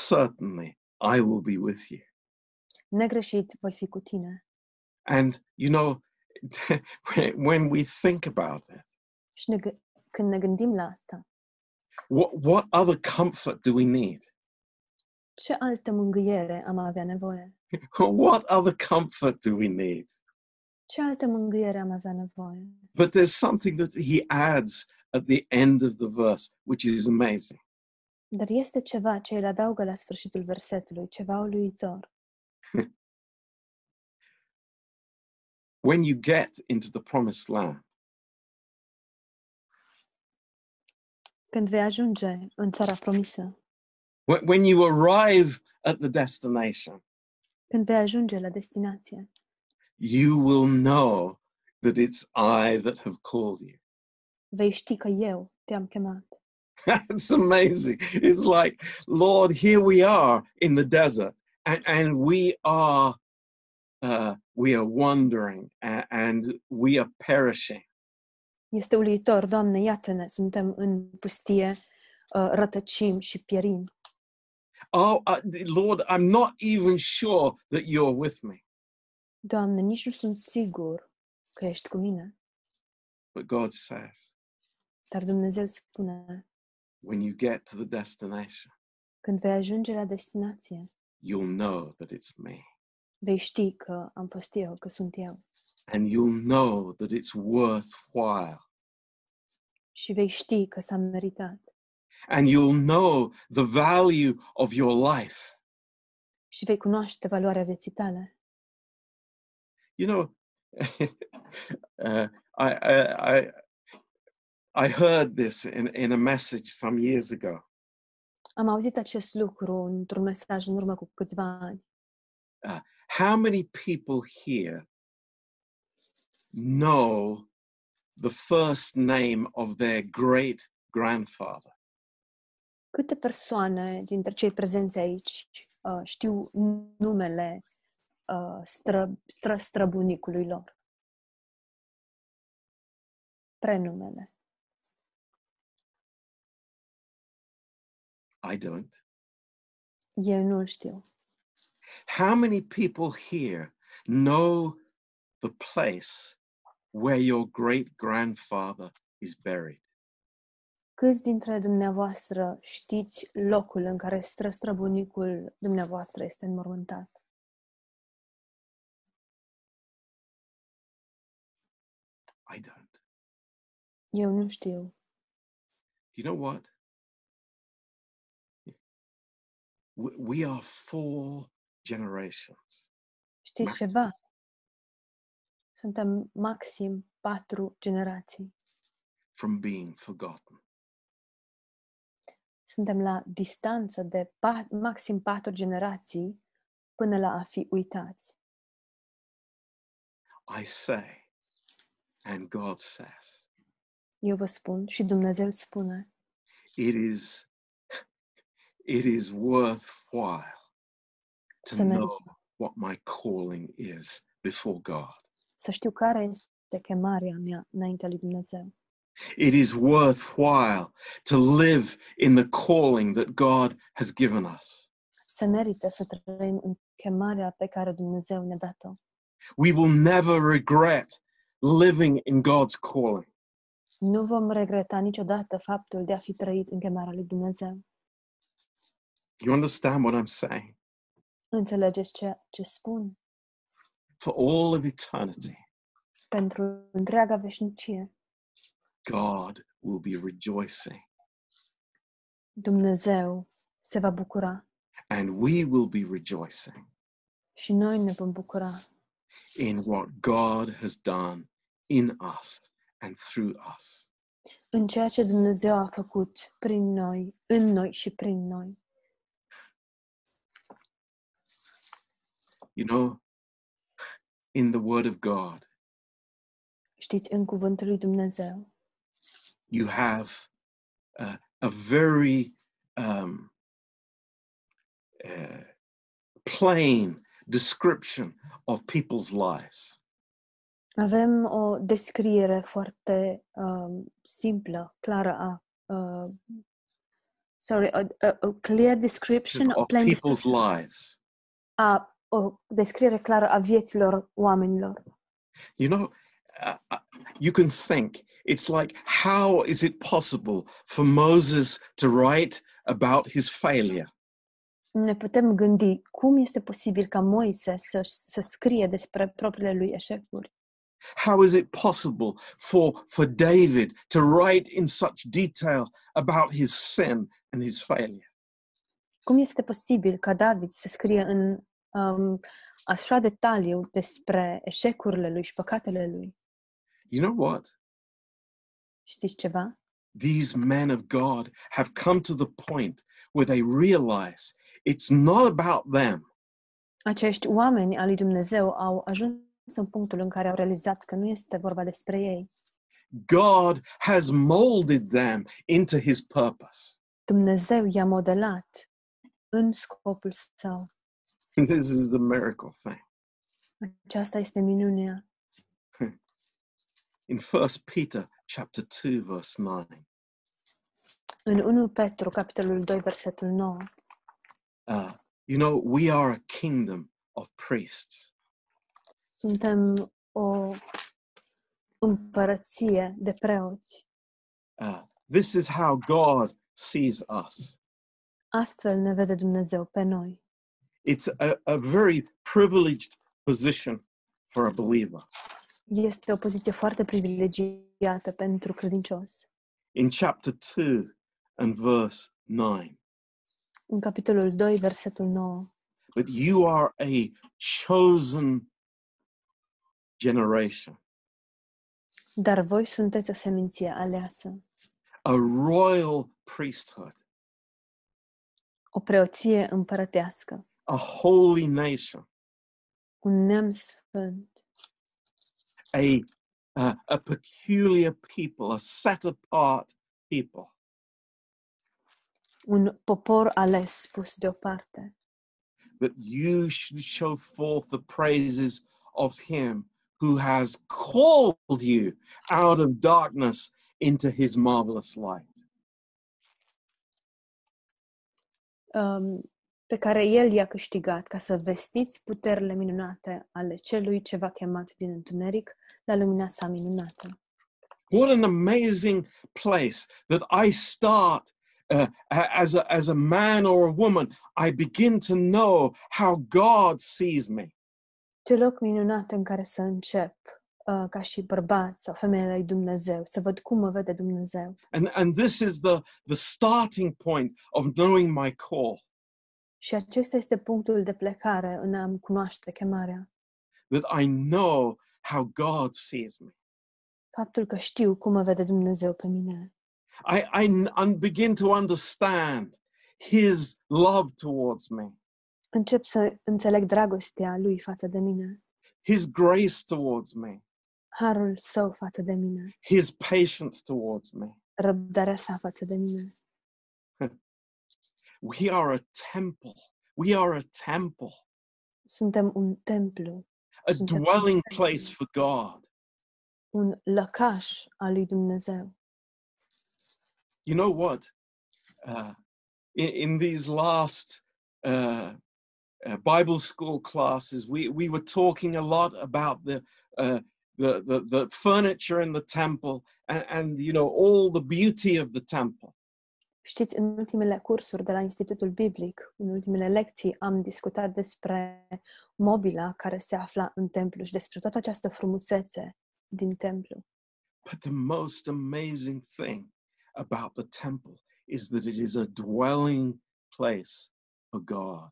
[SPEAKER 1] Certainly, I will be with you.
[SPEAKER 2] Negreșit voi fi cu tine.
[SPEAKER 1] And, you know, when we think about it,
[SPEAKER 2] Și ne, gâ- când ne gândim la asta,
[SPEAKER 1] what, what other comfort do we need?
[SPEAKER 2] ce altă mângâiere am avea nevoie?
[SPEAKER 1] What other comfort do we need?
[SPEAKER 2] Ce altă mângâiere am avea nevoie?
[SPEAKER 1] But there's something that he adds at the end of the verse, which is amazing.
[SPEAKER 2] Dar este ceva ce îl adaugă la sfârșitul versetului, ceva uluitor.
[SPEAKER 1] When you get into the promised land,
[SPEAKER 2] Când vei ajunge în țara promisă,
[SPEAKER 1] wh- when you arrive at the destination,
[SPEAKER 2] când vei ajunge la destinație,
[SPEAKER 1] you will know that it's I that have called you.
[SPEAKER 2] vei ști că eu te-am chemat.
[SPEAKER 1] That's amazing. It's like, Lord, here we are in the desert, and, and we are uh, we are wandering a- and we are perishing.
[SPEAKER 2] Este uluitor, Doamne, iată-ne, suntem în pustie, uh, rătăcim și pierim.
[SPEAKER 1] Oh, uh, Lord, I'm not even sure that you're with me.
[SPEAKER 2] Doamne, nici nu sunt sigur că ești cu mine,
[SPEAKER 1] But God says,
[SPEAKER 2] dar Dumnezeu spune,
[SPEAKER 1] when you get to the destination,
[SPEAKER 2] când vei ajunge la destinație,
[SPEAKER 1] you'll know that it's me.
[SPEAKER 2] vei ști că am fost eu, că sunt eu.
[SPEAKER 1] And you'll know that it's worthwhile.
[SPEAKER 2] Și vei ști că s-a meritat.
[SPEAKER 1] And you'll know the value of your life.
[SPEAKER 2] Și vei cunoaște valoarea vieții tale.
[SPEAKER 1] you know, uh, I, I, I, I heard this in, in a message some years ago,
[SPEAKER 2] Am auzit acest lucru într-un mesaj în urmă cu câțiva ani.
[SPEAKER 1] how many people here know the first name of their great grandfather?
[SPEAKER 2] Câte persoane dintre cei prezenți aici uh, știu numele uh, stră, stră, străbunicului lor? Prenumele.
[SPEAKER 1] I don't.
[SPEAKER 2] Eu nu-l știu.
[SPEAKER 1] How many people here know the place where your great grandfather is buried?
[SPEAKER 2] Câți dintre dumneavoastră știți locul în care stră, străbunicul dumneavoastră este înmormântat?
[SPEAKER 1] I don't.
[SPEAKER 2] Eu nu știu.
[SPEAKER 1] Do you know what? W- We are four generations
[SPEAKER 2] Știți
[SPEAKER 1] Maxim.
[SPEAKER 2] ceva? Suntem maxim patru generații.
[SPEAKER 1] from being forgotten.
[SPEAKER 2] Suntem la distanță de pa- maxim patru generații până la a fi uitați.
[SPEAKER 1] I say, and God says,
[SPEAKER 2] Eu vă spun și Dumnezeu spune,
[SPEAKER 1] it is, it is worthwhile to
[SPEAKER 2] Să merg.
[SPEAKER 1] know what my calling is before God.
[SPEAKER 2] să știu care este chemarea mea înaintea lui Dumnezeu.
[SPEAKER 1] It is worthwhile to live in the calling that God has given us.
[SPEAKER 2] Se merită să trăim în chemarea pe care Dumnezeu ne-a dat-o.
[SPEAKER 1] We will never regret living in God's calling.
[SPEAKER 2] Nu vom regreta niciodată faptul de a fi trăit în chemarea lui Dumnezeu.
[SPEAKER 1] You understand what I'm saying?
[SPEAKER 2] Înțelegeți ce, ce spun?
[SPEAKER 1] For all of eternity,
[SPEAKER 2] Pentru întreaga veșnicie,
[SPEAKER 1] God will be rejoicing
[SPEAKER 2] Dumnezeu se va bucura
[SPEAKER 1] and we will be rejoicing
[SPEAKER 2] și noi ne vom bucura
[SPEAKER 1] in what God has done in us and through us.
[SPEAKER 2] în ceea ce Dumnezeu a făcut prin noi, în noi și prin noi.
[SPEAKER 1] You know, in the Word of God,
[SPEAKER 2] Știți, în cuvântul lui Dumnezeu
[SPEAKER 1] you have a, a very um, uh, plain description of people's lives.
[SPEAKER 2] avem o descriere foarte um, simplă, clară a uh, sorry, a, a, a clear description, a
[SPEAKER 1] Of
[SPEAKER 2] plain
[SPEAKER 1] people's
[SPEAKER 2] description
[SPEAKER 1] lives.
[SPEAKER 2] a o descriere clară a vieților oamenilor.
[SPEAKER 1] You know, uh, uh, you can think it's like, how is it possible for Moses to write about his failure?
[SPEAKER 2] Ne putem gândi cum este posibil ca Moise să, să scrie despre propriile lui eșecuri.
[SPEAKER 1] How is it possible for, for David to write in such detail about his sin and his failure?
[SPEAKER 2] Cum este posibil ca David să scrie în um, așa detaliu despre eșecurile lui și păcatele lui?
[SPEAKER 1] You know what?
[SPEAKER 2] Știți ceva?
[SPEAKER 1] These men of God have come to the point where they realize it's not about them,
[SPEAKER 2] Acești oameni al lui Dumnezeu au ajuns în punctul în care au realizat că nu este vorba despre ei.
[SPEAKER 1] God has molded them into his purpose.
[SPEAKER 2] Dumnezeu i-a modelat în scopul său.
[SPEAKER 1] This is the miracle thing.
[SPEAKER 2] Aceasta este minunea.
[SPEAKER 1] In 1 Peter chapter 2 verse 9,
[SPEAKER 2] În 1 Petru, capitolul 2, versetul 9.
[SPEAKER 1] uh, you know, we are a kingdom of priests.
[SPEAKER 2] Suntem o împărăție de preoți.
[SPEAKER 1] Uh, this is how God sees us.
[SPEAKER 2] Astfel ne vede Dumnezeu pe noi.
[SPEAKER 1] It's a, a very privileged position for a believer.
[SPEAKER 2] Este o poziție foarte privilegiată pentru credincios.
[SPEAKER 1] In chapter 2 and verse 9,
[SPEAKER 2] În capitolul 2, versetul 9.
[SPEAKER 1] but you are a chosen generation,
[SPEAKER 2] Dar voi sunteți o seminție aleasă,
[SPEAKER 1] a royal priesthood,
[SPEAKER 2] o preoție împărătească,
[SPEAKER 1] a holy nation,
[SPEAKER 2] un neam sfânt,
[SPEAKER 1] a, uh, a peculiar people, a set apart people.
[SPEAKER 2] un popor ales pus deoparte,
[SPEAKER 1] that you should show forth the praises of him who has called you out of darkness into his marvelous light.
[SPEAKER 2] um, pe care El i-a câștigat ca să vestiți puterile minunate ale celui ce v-a chemat din întuneric la lumina sa minunată.
[SPEAKER 1] What an amazing place that I start uh, a- as, a, as a man or a woman. I begin to know how God sees me.
[SPEAKER 2] Ce loc minunat în care să încep uh, ca și bărbat sau femeie la lui Dumnezeu, să văd cum mă vede Dumnezeu.
[SPEAKER 1] And, and this is the, the starting point of knowing my call
[SPEAKER 2] Și acesta este punctul de plecare în a-mi cunoaște chemarea.
[SPEAKER 1] that I know how God sees me.
[SPEAKER 2] Faptul că știu cum mă vede Dumnezeu pe mine.
[SPEAKER 1] I, I n- un- begin to understand his love towards me,
[SPEAKER 2] Încep să înțeleg dragostea lui față de mine,
[SPEAKER 1] his grace towards me,
[SPEAKER 2] harul său față de mine,
[SPEAKER 1] his patience towards me.
[SPEAKER 2] răbdarea sa față de mine.
[SPEAKER 1] We are a temple. We are a temple,
[SPEAKER 2] Suntem un templu,
[SPEAKER 1] a
[SPEAKER 2] Sunt un
[SPEAKER 1] dwelling
[SPEAKER 2] templu.
[SPEAKER 1] place for God.
[SPEAKER 2] un lăcaș al lui Dumnezeu.
[SPEAKER 1] You know what? Uh, in, in these last uh, uh, Bible school classes, we, we were talking a lot about the, uh, the, the, the furniture in the temple and, and, you know, all the beauty of the temple.
[SPEAKER 2] Știți, în ultimele cursuri de la Institutul Biblic, în ultimele lecții, am discutat despre mobila care se afla în templu și despre toată această frumusețe din templu.
[SPEAKER 1] But the most amazing thing about the temple is that it is a dwelling place for God.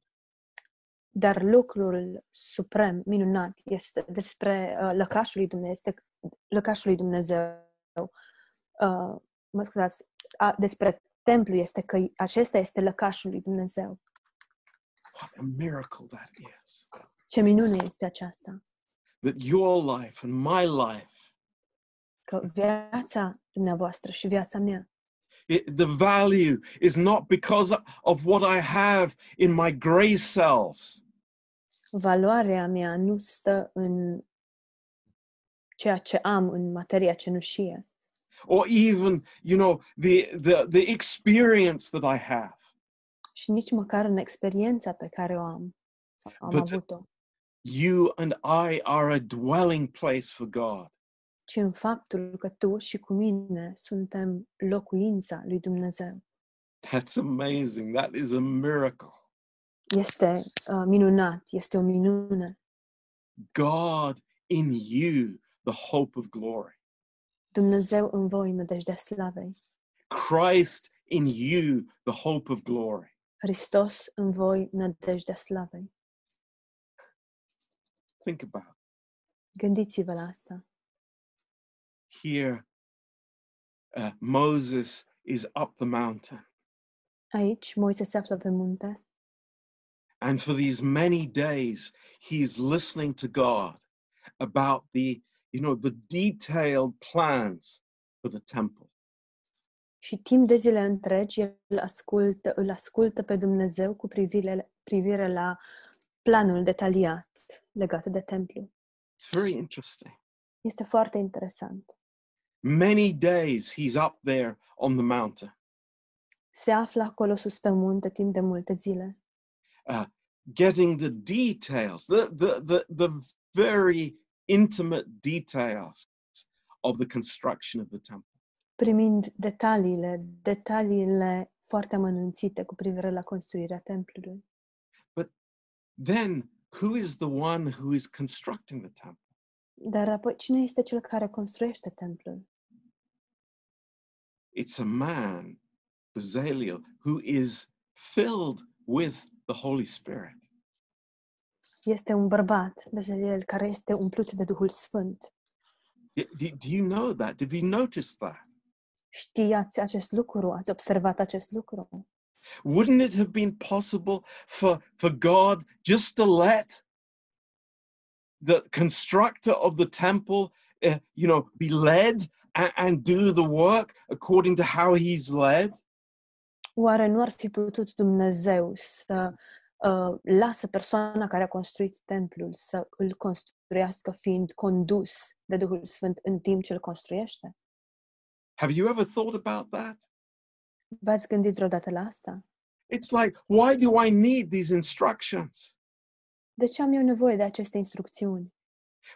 [SPEAKER 2] Dar lucrul suprem, minunat, este despre uh, lăcașul lui Dumnezeu, este lăcașul lui Dumnezeu. Uh, mă scuzați, a, despre templu este că acesta este lăcașul lui Dumnezeu.
[SPEAKER 1] What a miracle that is.
[SPEAKER 2] Ce minune este aceasta!
[SPEAKER 1] That your life and my life,
[SPEAKER 2] Că viața dumneavoastră și viața mea
[SPEAKER 1] it, the value is not because of what I have in my gray cells,
[SPEAKER 2] valoarea mea nu stă în ceea ce am în materia cenușie
[SPEAKER 1] or even, you know, the, the, the experience that I have,
[SPEAKER 2] și nici măcar în experiența pe care o am sau am
[SPEAKER 1] But-
[SPEAKER 2] avut-o,
[SPEAKER 1] you and I are a dwelling place for God.
[SPEAKER 2] ci în faptul că tu și cu mine suntem locuința lui Dumnezeu.
[SPEAKER 1] That's amazing. That is a miracle.
[SPEAKER 2] Este uh, minunat, este o minune.
[SPEAKER 1] God in you, the hope of glory.
[SPEAKER 2] Dumnezeu în voi, nădejdea slavei.
[SPEAKER 1] Christ in you, the hope of glory.
[SPEAKER 2] Hristos în voi, nădejdea slavei.
[SPEAKER 1] Think about it.
[SPEAKER 2] Gândiți-vă la asta.
[SPEAKER 1] here. Uh, Moses is up the mountain,
[SPEAKER 2] Aici, Moise se află pe munte
[SPEAKER 1] and for these many days, he's listening to God about the, you know, the detailed plans for the temple.
[SPEAKER 2] Și timp de zile întregi el ascultă, îl ascultă pe Dumnezeu cu privire, privire la planul detaliat legat de templu.
[SPEAKER 1] It's very interesting.
[SPEAKER 2] Este foarte interesant.
[SPEAKER 1] Many days he's up there on the mountain.
[SPEAKER 2] Se află acolo sus pe munte timp de multe zile,
[SPEAKER 1] getting the details, the, the, the, the very intimate details of the construction of the temple.
[SPEAKER 2] primind detaliile, detaliile foarte amănunțite cu privire la construirea templului.
[SPEAKER 1] Then, who is the one who is constructing the temple?
[SPEAKER 2] Dar apoi, cine este cel care construiește templul?
[SPEAKER 1] It's a man, Bezalel, who is filled with the Holy Spirit.
[SPEAKER 2] Este un bărbat, Bezaliel, care este umplut de Duhul Sfânt.
[SPEAKER 1] D- d- do you know that? Did you notice that?
[SPEAKER 2] Știați acest lucru? Ați observat acest lucru?
[SPEAKER 1] Wouldn't it have been possible for, for God just to let the constructor of the temple, uh, you know, be led and, and do the work according to how he's led?
[SPEAKER 2] Oare nu ar fi putut Dumnezeu să uh, lasă persoana care a construit templul să îl construiască fiind condus de Duhul Sfânt în timp ce îl construiește?
[SPEAKER 1] Have you ever thought about that?
[SPEAKER 2] V-ați gândit vreodată la asta?
[SPEAKER 1] It's like, why do I need these instructions?
[SPEAKER 2] De ce am eu nevoie de aceste instrucțiuni?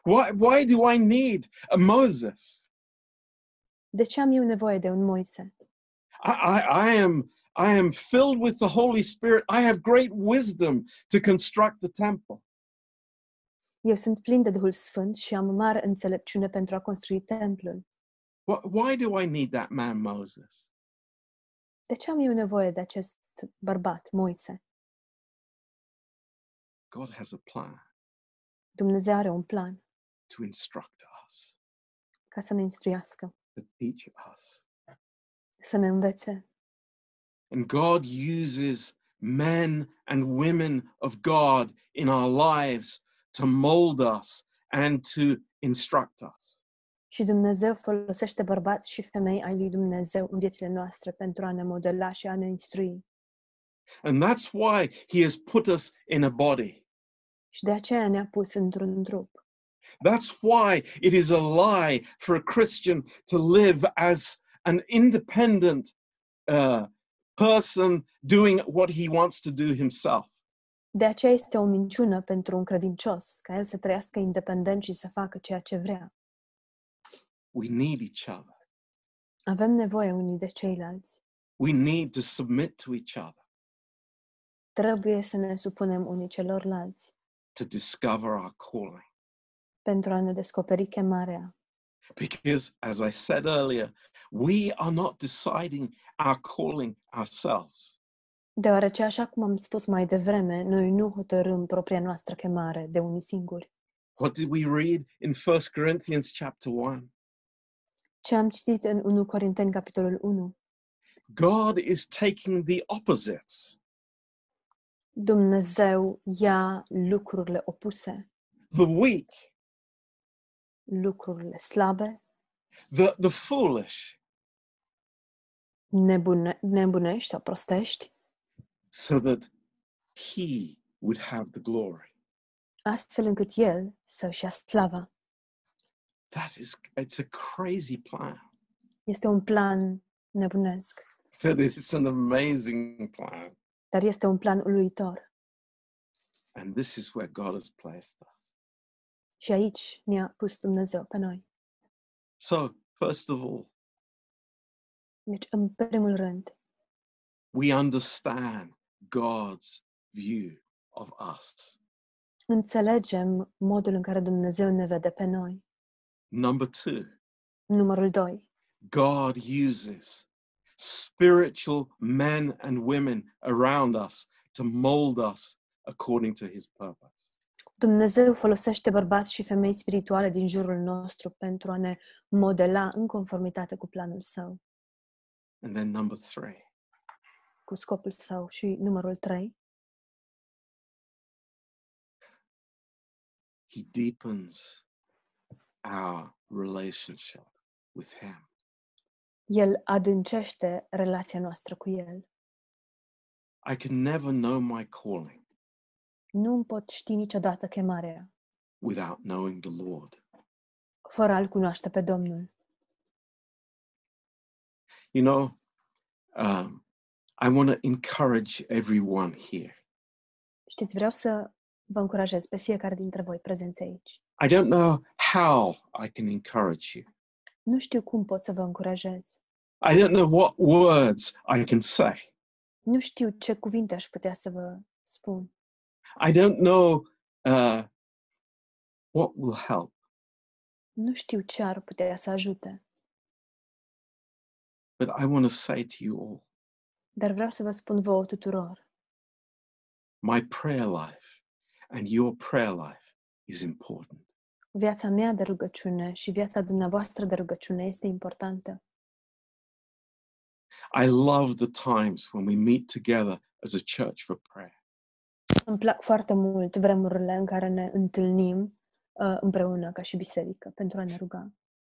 [SPEAKER 1] Why, why do I need a Moses?
[SPEAKER 2] De ce am eu nevoie de un Moise?
[SPEAKER 1] I, I, I, am, I am filled with the Holy Spirit. I have great wisdom to construct the temple.
[SPEAKER 2] Eu sunt plin de Duhul Sfânt și am mare înțelepciune pentru a construi templul.
[SPEAKER 1] Why, why do I need that man Moses?
[SPEAKER 2] De ce am eu nevoie de acest bărbat, Moise?
[SPEAKER 1] God has a plan
[SPEAKER 2] Dumnezeu are un plan
[SPEAKER 1] to instruct us,
[SPEAKER 2] ca să ne instruiască,
[SPEAKER 1] to teach us.
[SPEAKER 2] să ne învețe.
[SPEAKER 1] And God uses men and women of God in our lives to mold us and to instruct us.
[SPEAKER 2] Și Dumnezeu folosește bărbați și femei ai lui Dumnezeu în viețile noastre pentru a ne modela și a ne instrui.
[SPEAKER 1] And that's why He has put us in a body.
[SPEAKER 2] Și de aceea ne-a pus într-un trup.
[SPEAKER 1] That's why it is a lie for a Christian to live as an independent uh, person doing what he wants to do himself.
[SPEAKER 2] De aceea este o minciună pentru un credincios, ca el să trăiască independent și să facă ceea ce vrea.
[SPEAKER 1] We need each other.
[SPEAKER 2] Avem nevoie unii de ceilalți.
[SPEAKER 1] We need to submit to each other
[SPEAKER 2] Trebuie să ne supunem unii celorlalți
[SPEAKER 1] to discover our calling.
[SPEAKER 2] pentru a ne descoperi chemarea.
[SPEAKER 1] Because, as I said earlier, we are not deciding our calling ourselves.
[SPEAKER 2] Deoarece, așa cum am spus mai devreme, noi nu hotărâm propria noastră chemare de unii singuri.
[SPEAKER 1] What did we read in 1 Corinthians chapter 1?
[SPEAKER 2] Ce am citit în 1 Corinteni, capitolul 1,
[SPEAKER 1] God is taking the opposites.
[SPEAKER 2] Dumnezeu ia lucrurile opuse,
[SPEAKER 1] the weak,
[SPEAKER 2] lucrurile slabe,
[SPEAKER 1] the, the foolish,
[SPEAKER 2] nebune, nebunești sau prostești,
[SPEAKER 1] so that he would have the glory.
[SPEAKER 2] astfel încât El să-și ia slava.
[SPEAKER 1] That is, it's a crazy plan,
[SPEAKER 2] Este un plan nebunesc,
[SPEAKER 1] but it's an amazing plan.
[SPEAKER 2] dar este un plan uluitor.
[SPEAKER 1] And this is where God has placed us.
[SPEAKER 2] Și aici ne-a pus Dumnezeu pe noi.
[SPEAKER 1] So, first of all,
[SPEAKER 2] Deci, în primul rând,
[SPEAKER 1] we understand God's view of us.
[SPEAKER 2] înțelegem modul în care Dumnezeu ne vede pe noi.
[SPEAKER 1] Number two,
[SPEAKER 2] Numărul 2.
[SPEAKER 1] God uses spiritual men and women around us to mold us according to his purpose.
[SPEAKER 2] Dumnezeu folosește bărbați și femei spirituale din jurul nostru pentru a ne modela în conformitate cu planul său,
[SPEAKER 1] And then number three,
[SPEAKER 2] cu scopul său. Și numărul 3.
[SPEAKER 1] he deepens our relationship with him.
[SPEAKER 2] El adâncește relația noastră cu El.
[SPEAKER 1] I can never know my calling
[SPEAKER 2] nu îmi pot ști niciodată chemarea
[SPEAKER 1] without knowing the Lord.
[SPEAKER 2] fără a-L cunoaște pe Domnul.
[SPEAKER 1] You know, um, I want to encourage everyone here.
[SPEAKER 2] Știți, vreau să vă încurajez pe fiecare dintre voi prezenți aici.
[SPEAKER 1] I don't know how I can encourage you.
[SPEAKER 2] Nu știu cum pot să vă încurajez.
[SPEAKER 1] I don't know what words I can say.
[SPEAKER 2] Nu știu ce cuvinte aș putea să vă spun.
[SPEAKER 1] I don't know uh, what will help,
[SPEAKER 2] Nu știu ce ar putea să ajute.
[SPEAKER 1] but I want to say to you all
[SPEAKER 2] Dar vreau să vă spun vouă tuturor.
[SPEAKER 1] my prayer life and your prayer life is important.
[SPEAKER 2] Viața mea de rugăciune și viața dumneavoastră de rugăciune este importantă.
[SPEAKER 1] I love the times when we meet together as a church for prayer.
[SPEAKER 2] Îmi plac foarte mult vremurile în care ne întâlnim uh, împreună ca și biserică pentru a ne ruga.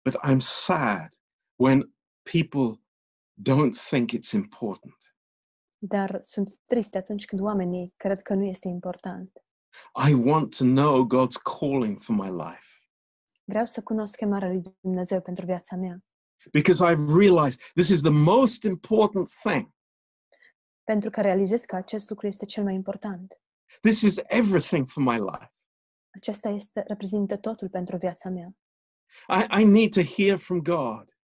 [SPEAKER 1] But I'm sad when people don't think it's important.
[SPEAKER 2] Dar sunt trist atunci când oamenii cred că nu este important.
[SPEAKER 1] I want to know God's calling for my life
[SPEAKER 2] Vreau să cunosc chemarea lui Dumnezeu pentru viața mea,
[SPEAKER 1] because I've realized this is the most important thing.
[SPEAKER 2] pentru că realizez că acest lucru este cel mai important.
[SPEAKER 1] This is everything for my life.
[SPEAKER 2] Acesta este reprezintă totul pentru viața mea.
[SPEAKER 1] I, I need to hear from God.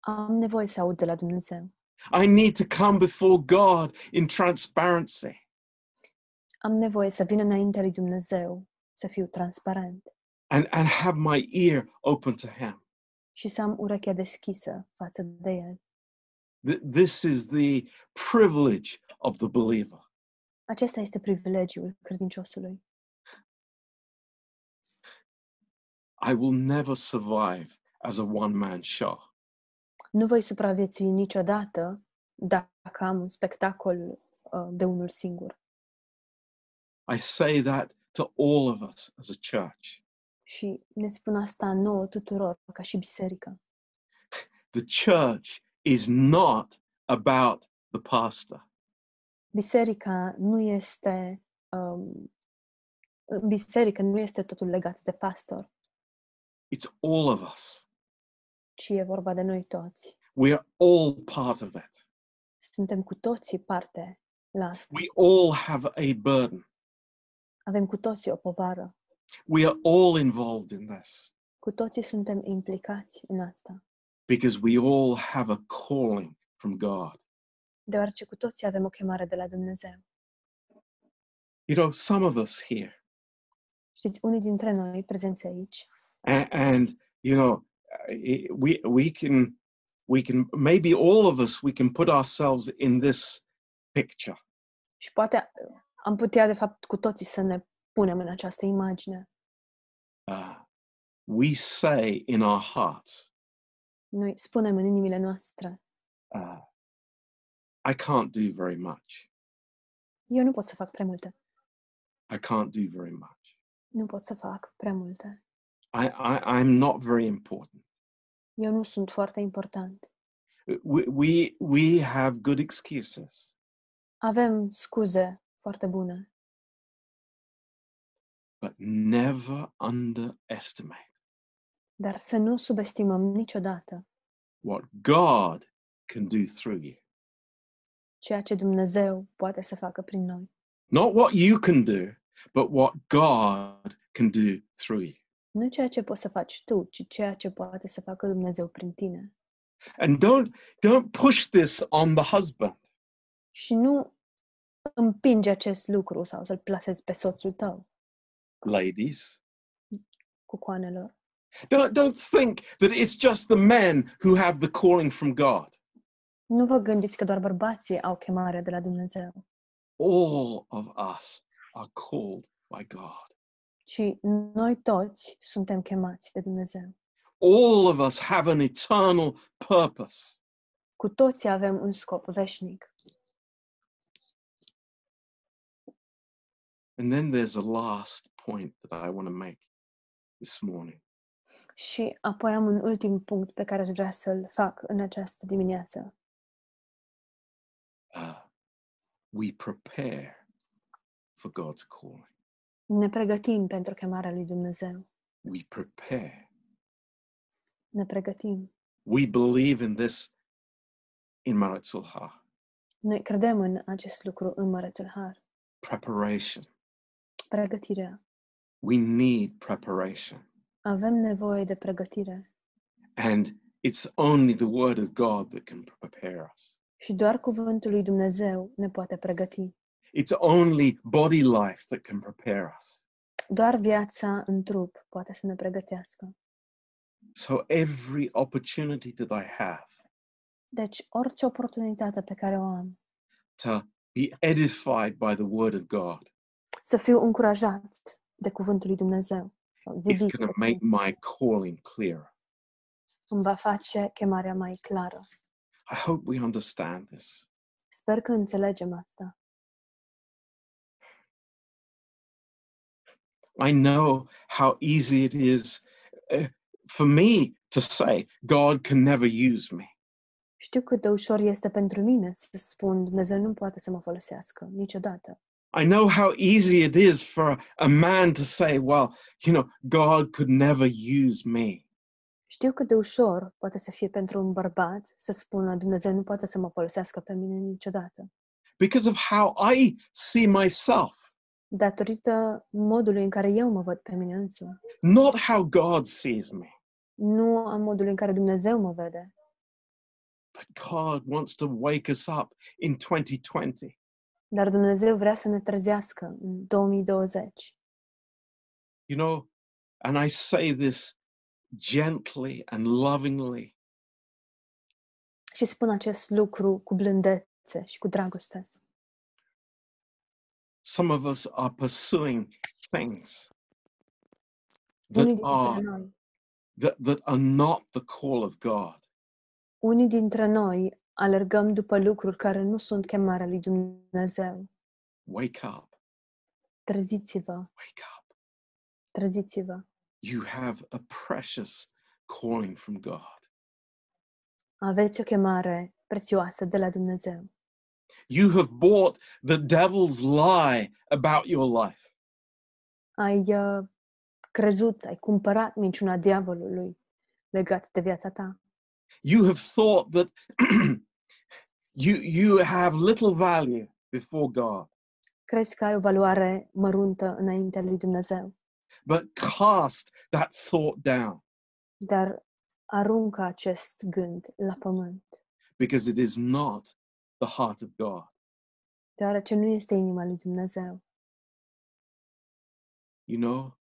[SPEAKER 2] Am nevoie să aud de la Dumnezeu.
[SPEAKER 1] I need to come before God in transparency.
[SPEAKER 2] Am nevoie să vin înaintea lui Dumnezeu, să fiu transparent
[SPEAKER 1] and, and have my ear open to him.
[SPEAKER 2] și să am urechea deschisă față de El.
[SPEAKER 1] Th- This is the privilege of the believer.
[SPEAKER 2] Acesta este privilegiul credinciosului.
[SPEAKER 1] I will never survive as a one man show.
[SPEAKER 2] Nu voi supraviețui niciodată dacă am un spectacol uh, de unul singur.
[SPEAKER 1] I say that to all of us as a church.
[SPEAKER 2] Și ne spun asta nouă tuturor, ca și biserică.
[SPEAKER 1] The church is not about the pastor,
[SPEAKER 2] Biserica nu este um, în biserică nu este totul legat de pastor,
[SPEAKER 1] it's all of us.
[SPEAKER 2] ci e vorba de noi toți.
[SPEAKER 1] We are all part of it.
[SPEAKER 2] Suntem cu toții parte la asta.
[SPEAKER 1] We all have a burden.
[SPEAKER 2] Avem cu toții o povară.
[SPEAKER 1] We are all involved in this
[SPEAKER 2] Cu toții suntem implicați în asta,
[SPEAKER 1] because we all have a calling from God.
[SPEAKER 2] deoarece cu toții avem o chemare de la Dumnezeu.
[SPEAKER 1] You know, some of us here
[SPEAKER 2] Știți, unii dintre noi prezenți aici
[SPEAKER 1] and, and you know i- we we can we can maybe all of us we can put ourselves in this picture
[SPEAKER 2] Și poate uh, am putea, de fapt, cu toții să ne punem în această imagine.
[SPEAKER 1] uh, we say in our hearts
[SPEAKER 2] Noi spunem în inimile noastre,
[SPEAKER 1] uh, i can't do very much
[SPEAKER 2] eu nu pot să fac prea multe,
[SPEAKER 1] i can't do very much
[SPEAKER 2] nu pot să fac prea multe,
[SPEAKER 1] i, I i'm not very important
[SPEAKER 2] eu nu sunt foarte important.
[SPEAKER 1] we, we we have good excuses
[SPEAKER 2] Avem scuze foarte bune,
[SPEAKER 1] but never underestimate
[SPEAKER 2] dar să nu subestimăm niciodată
[SPEAKER 1] what god can do through you
[SPEAKER 2] ceea ce Dumnezeu poate să facă prin noi.
[SPEAKER 1] Not what you can do, but what God can do through you.
[SPEAKER 2] Nu ceea ce poți să faci tu, ci ceea ce poate să facă Dumnezeu prin tine.
[SPEAKER 1] And don't don't push this on the husband.
[SPEAKER 2] Și nu împinge acest lucru sau să-l plasezi pe soțul tău
[SPEAKER 1] Ladies,
[SPEAKER 2] cu coanelor.
[SPEAKER 1] don't don't think that it's just the men who have the calling from God.
[SPEAKER 2] Nu vă gândiți că doar bărbații au chemarea de la Dumnezeu,
[SPEAKER 1] All of us are called by God.
[SPEAKER 2] ci noi toți suntem chemați de Dumnezeu.
[SPEAKER 1] All of us have an eternal purpose.
[SPEAKER 2] Cu toții avem un scop veșnic.
[SPEAKER 1] And then there's a last point that I want to make this morning.
[SPEAKER 2] Și apoi am un ultim punct pe care aș vrea să-l fac în această dimineață.
[SPEAKER 1] Uh, we prepare for God's calling.
[SPEAKER 2] Ne pregătim pentru chemarea lui Dumnezeu.
[SPEAKER 1] We prepare.
[SPEAKER 2] Ne pregătim.
[SPEAKER 1] We believe in this in Maritzulha.
[SPEAKER 2] Noi credem în acest lucru în Mărețul Har.
[SPEAKER 1] Preparation.
[SPEAKER 2] Pregătirea.
[SPEAKER 1] We need preparation.
[SPEAKER 2] Avem nevoie de pregătire
[SPEAKER 1] And it's only the word of God that can prepare us.
[SPEAKER 2] și doar cuvântul lui Dumnezeu ne poate pregăti.
[SPEAKER 1] It's only body life that can prepare us.
[SPEAKER 2] Doar viața în trup poate să ne pregătească.
[SPEAKER 1] So every opportunity that I have
[SPEAKER 2] Deci, orice oportunitate pe care o am,
[SPEAKER 1] to be edified by the word of God
[SPEAKER 2] să fiu încurajat de cuvântul lui Dumnezeu, sau
[SPEAKER 1] is
[SPEAKER 2] zidit,
[SPEAKER 1] going to make my calling clearer.
[SPEAKER 2] îmi va face chemarea mai clară.
[SPEAKER 1] I hope we understand this.
[SPEAKER 2] Sper că înțelegem asta.
[SPEAKER 1] I know how easy it is uh, for me to say, God can never use me.
[SPEAKER 2] Știu cât de ușor este pentru mine să spun Dumnezeu nu poate să mă folosească niciodată.
[SPEAKER 1] I know how easy it is for a man to say, well, you know, God could never use me.
[SPEAKER 2] Știu cât de ușor poate să fie pentru un bărbat să spună Dumnezeu nu poate să mă folosească pe mine niciodată.
[SPEAKER 1] because of how I see myself,
[SPEAKER 2] Datorită modului în care eu mă văd pe mine însumi.
[SPEAKER 1] not how God sees me.
[SPEAKER 2] Nu am modul în care Dumnezeu mă vede,
[SPEAKER 1] But God wants to wake us up in 2020.
[SPEAKER 2] dar Dumnezeu vrea să ne trezească în 2020.
[SPEAKER 1] You know, and I say this gently and lovingly
[SPEAKER 2] Și spun acest lucru cu blândețe și cu dragoste.
[SPEAKER 1] some of us are pursuing things
[SPEAKER 2] Unii
[SPEAKER 1] that are
[SPEAKER 2] dintre, noi,
[SPEAKER 1] that, that are not the call of God.
[SPEAKER 2] unii dintre noi alergăm după lucruri care nu sunt chemarea lui Dumnezeu.
[SPEAKER 1] Wake up,
[SPEAKER 2] Treziți-vă,
[SPEAKER 1] wake up.
[SPEAKER 2] treziți-vă.
[SPEAKER 1] You have a precious calling from God.
[SPEAKER 2] Aveți o chemare prețioasă de la Dumnezeu.
[SPEAKER 1] You have bought the devil's lie about your life.
[SPEAKER 2] Ai uh, crezut, ai cumpărat minciuna diavolului legat de viața ta.
[SPEAKER 1] You have thought that you you have little value before God.
[SPEAKER 2] Crezi că ai o valoare măruntă înaintea lui Dumnezeu,
[SPEAKER 1] But cast that thought down
[SPEAKER 2] dar aruncă acest gând la pământ,
[SPEAKER 1] because it is not the heart of God.
[SPEAKER 2] deoarece nu este inima lui Dumnezeu.
[SPEAKER 1] You know,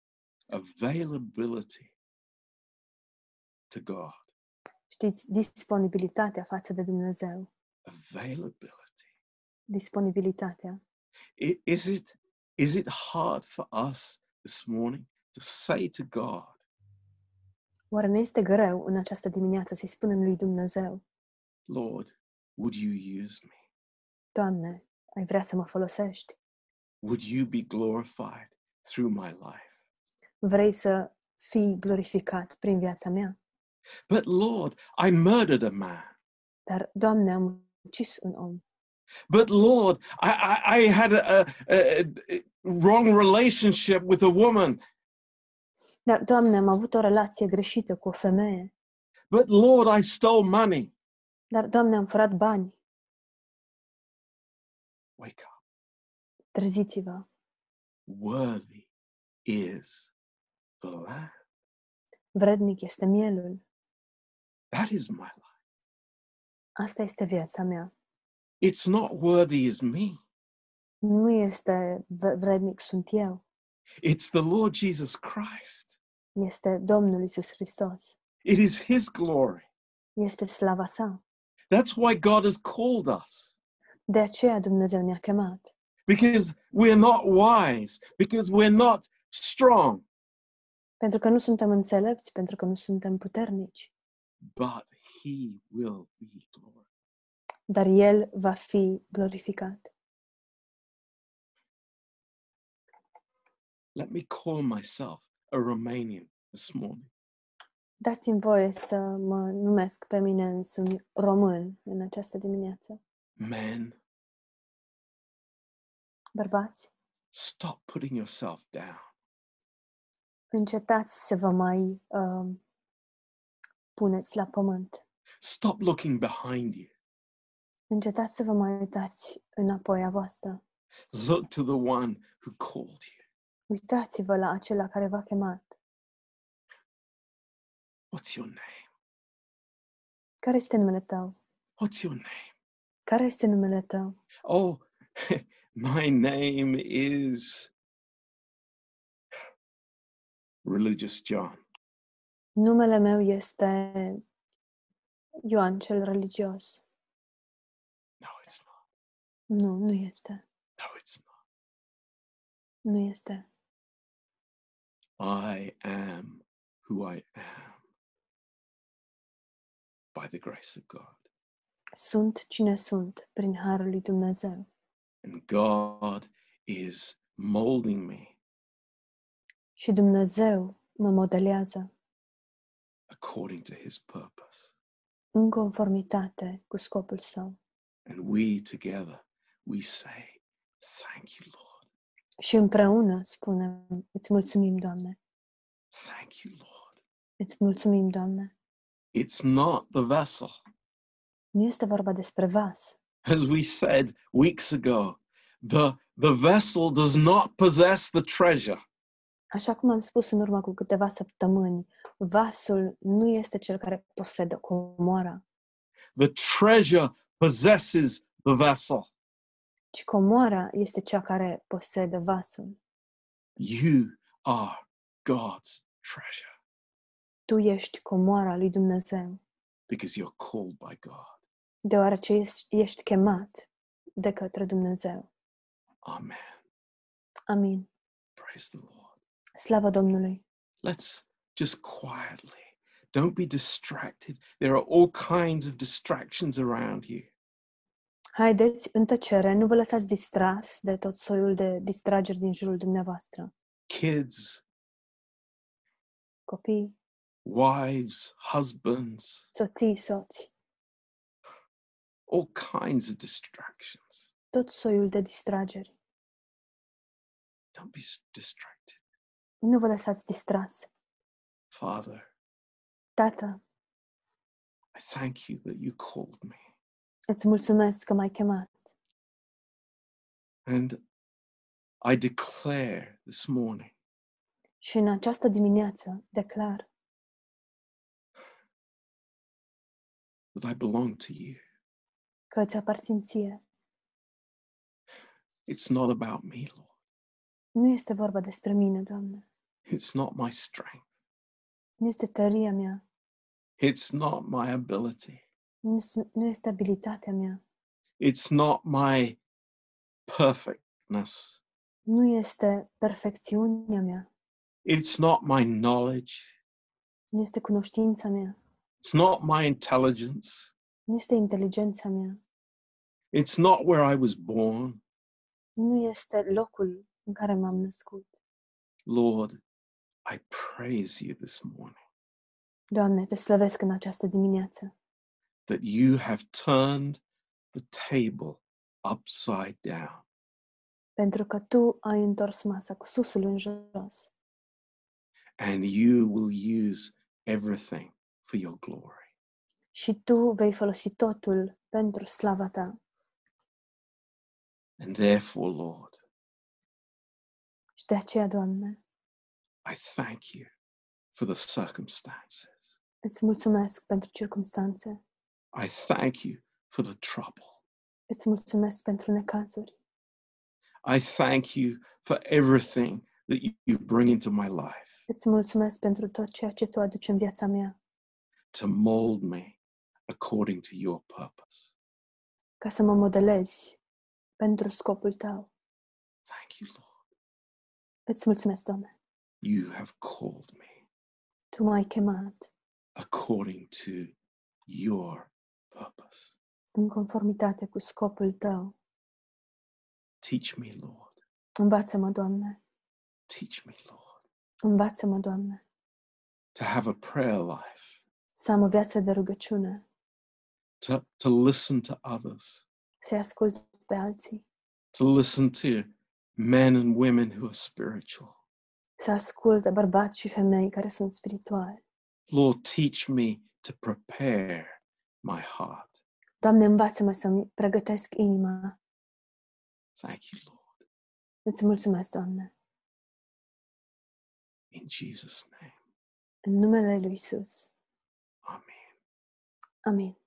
[SPEAKER 1] availability to God.
[SPEAKER 2] Știți, disponibilitatea față de Dumnezeu,
[SPEAKER 1] Availability.
[SPEAKER 2] disponibilitatea.
[SPEAKER 1] I- Is it is it hard for us this morning to say to God,
[SPEAKER 2] Oare ne este greu în această dimineață să-i spunem lui Dumnezeu,
[SPEAKER 1] Lord, would you use me?
[SPEAKER 2] Doamne, ai vrea să mă folosești?
[SPEAKER 1] Would you be glorified through my life?
[SPEAKER 2] Vrei să fii glorificat prin viața mea?
[SPEAKER 1] But Lord, I murdered a man.
[SPEAKER 2] Dar, Doamne, am ucis un om.
[SPEAKER 1] But Lord, I, I, I had a, a, a wrong relationship with a woman.
[SPEAKER 2] Dar, Doamne, am avut o relație greșită cu o femeie.
[SPEAKER 1] But Lord, I stole money.
[SPEAKER 2] Dar, Doamne, am furat bani.
[SPEAKER 1] Wake up.
[SPEAKER 2] Treziți-vă!
[SPEAKER 1] Worthy is the Lamb.
[SPEAKER 2] Vrednic este mielul.
[SPEAKER 1] That is my life.
[SPEAKER 2] Asta este viața mea.
[SPEAKER 1] It's not worthy is me.
[SPEAKER 2] Nu este v- vrednic sunt eu.
[SPEAKER 1] It's the Lord Jesus Christ.
[SPEAKER 2] Este Domnul Isus Hristos.
[SPEAKER 1] It is His glory.
[SPEAKER 2] Este slava sa.
[SPEAKER 1] That's why God has called us.
[SPEAKER 2] De aceea Dumnezeu ne-a chemat.
[SPEAKER 1] Because we're not wise. Because we're not strong.
[SPEAKER 2] Pentru că nu suntem înțelepți, pentru că nu suntem puternici.
[SPEAKER 1] But He will be glorified.
[SPEAKER 2] Dar El va fi glorificat.
[SPEAKER 1] Let me call myself a Romanian this morning.
[SPEAKER 2] Dați-mi voie să mă numesc pe mine însumi român în această dimineață.
[SPEAKER 1] Men,
[SPEAKER 2] Bărbați,
[SPEAKER 1] Stop putting yourself down.
[SPEAKER 2] Încetați să vă mai uh, puneți la pământ.
[SPEAKER 1] Stop looking behind you.
[SPEAKER 2] Încetați să vă mai uitați înapoi a voastră.
[SPEAKER 1] Look to the one who called you.
[SPEAKER 2] Uitați-vă la acela care v-a chemat.
[SPEAKER 1] What's your name?
[SPEAKER 2] Care este numele tău?
[SPEAKER 1] What's your name?
[SPEAKER 2] Care este numele tău?
[SPEAKER 1] Oh, my name is Religious John.
[SPEAKER 2] Numele meu este Ioan cel religios.
[SPEAKER 1] No, it's not.
[SPEAKER 2] Nu, nu este.
[SPEAKER 1] No, it's
[SPEAKER 2] Nu este.
[SPEAKER 1] not. I am who I am by the grace of God.
[SPEAKER 2] Sunt cine sunt prin harul lui Dumnezeu.
[SPEAKER 1] And God is molding me
[SPEAKER 2] Și Dumnezeu mă modelează
[SPEAKER 1] according to his purpose.
[SPEAKER 2] în conformitate cu scopul său.
[SPEAKER 1] And we together, we say, Thank you, Lord.
[SPEAKER 2] Și împreună spunem, îți mulțumim, Doamne,
[SPEAKER 1] Thank you, Lord.
[SPEAKER 2] îți mulțumim, Doamne.
[SPEAKER 1] It's not the vessel.
[SPEAKER 2] Nu este vorba despre vas.
[SPEAKER 1] As we said weeks ago, the, the vessel does not possess the treasure.
[SPEAKER 2] Așa cum am spus în urmă cu câteva săptămâni, vasul nu este cel care posedă comoara,
[SPEAKER 1] The treasure possesses the vessel.
[SPEAKER 2] ci comoara este cea care posedă vasul.
[SPEAKER 1] You are God's treasure
[SPEAKER 2] Tu ești comoara lui Dumnezeu,
[SPEAKER 1] because you're called by God.
[SPEAKER 2] deoarece ești- ești chemat de către Dumnezeu.
[SPEAKER 1] Amen.
[SPEAKER 2] Amin.
[SPEAKER 1] Praise the Lord.
[SPEAKER 2] Slavă Domnului!
[SPEAKER 1] Let's just quietly, don't be distracted. There are all kinds of distractions around you.
[SPEAKER 2] Haideți în tăcere, nu vă lăsați distras de tot soiul de distrageri din jurul dumneavoastră.
[SPEAKER 1] Kids,
[SPEAKER 2] Copii,
[SPEAKER 1] wives, husbands,
[SPEAKER 2] soții, soți,
[SPEAKER 1] all kinds of distractions.
[SPEAKER 2] tot soiul de distrageri.
[SPEAKER 1] Don't be s- distracted.
[SPEAKER 2] Nu vă lăsați distras.
[SPEAKER 1] Father,
[SPEAKER 2] Tată,
[SPEAKER 1] I thank you that you called me.
[SPEAKER 2] îți mulțumesc că m-ai chemat
[SPEAKER 1] And I declare this morning
[SPEAKER 2] și în această dimineață declar
[SPEAKER 1] that I belong to you.
[SPEAKER 2] că îți aparțin ție.
[SPEAKER 1] It's not about me, Lord.
[SPEAKER 2] Nu este vorba despre mine, Doamne.
[SPEAKER 1] It's not my strength.
[SPEAKER 2] Nu este tăria mea,
[SPEAKER 1] It's not my ability.
[SPEAKER 2] nu, s- nu este abilitatea mea,
[SPEAKER 1] It's not my perfectness.
[SPEAKER 2] nu este perfecțiunea mea,
[SPEAKER 1] It's not my knowledge.
[SPEAKER 2] nu este cunoștința mea,
[SPEAKER 1] It's not my intelligence.
[SPEAKER 2] nu este inteligența mea,
[SPEAKER 1] It's not where I was born.
[SPEAKER 2] nu este locul în care m-am născut.
[SPEAKER 1] Lord, I praise you this morning
[SPEAKER 2] Doamne, te slăvesc în această dimineață,
[SPEAKER 1] that you have turned the table upside down.
[SPEAKER 2] pentru că Tu ai întors masa cu susul în jos
[SPEAKER 1] and you will use everything for your glory.
[SPEAKER 2] și Tu vei folosi totul pentru slava Ta.
[SPEAKER 1] And therefore, Lord,
[SPEAKER 2] Și de aceea, Doamne,
[SPEAKER 1] I thank you for the circumstances.
[SPEAKER 2] îți mulțumesc pentru circumstanțe,
[SPEAKER 1] I thank you for the trouble.
[SPEAKER 2] îți mulțumesc pentru necazuri,
[SPEAKER 1] I thank you for everything that you- you bring into my life
[SPEAKER 2] îți mulțumesc pentru tot ceea ce Tu aduci în viața mea,
[SPEAKER 1] to mold me according to your purpose.
[SPEAKER 2] ca să mă modelezi pentru scopul Tău.
[SPEAKER 1] Thank you, Lord.
[SPEAKER 2] Îți mulțumesc, Doamne,
[SPEAKER 1] You have called me
[SPEAKER 2] Tu m-ai chemat
[SPEAKER 1] according to your purpose.
[SPEAKER 2] în conformitate cu scopul Tău.
[SPEAKER 1] Teach me, Lord.
[SPEAKER 2] Învață-mă, Doamne,
[SPEAKER 1] Teach me, Lord,
[SPEAKER 2] învață-mă, Doamne,
[SPEAKER 1] to have a prayer life
[SPEAKER 2] să am o viață de rugăciune,
[SPEAKER 1] to, to listen to others,
[SPEAKER 2] să-i ascult pe alții,
[SPEAKER 1] to listen to men and women who are spiritual.
[SPEAKER 2] Să asculte bărbați și femei care sunt spirituali.
[SPEAKER 1] Lord, teach me to prepare my heart.
[SPEAKER 2] Doamne, învață-mă să-mi pregătesc inima.
[SPEAKER 1] Thank you, Lord.
[SPEAKER 2] Îți mulțumesc, Doamne,
[SPEAKER 1] In Jesus' name.
[SPEAKER 2] în numele Lui Isus.
[SPEAKER 1] Amen.
[SPEAKER 2] Amin.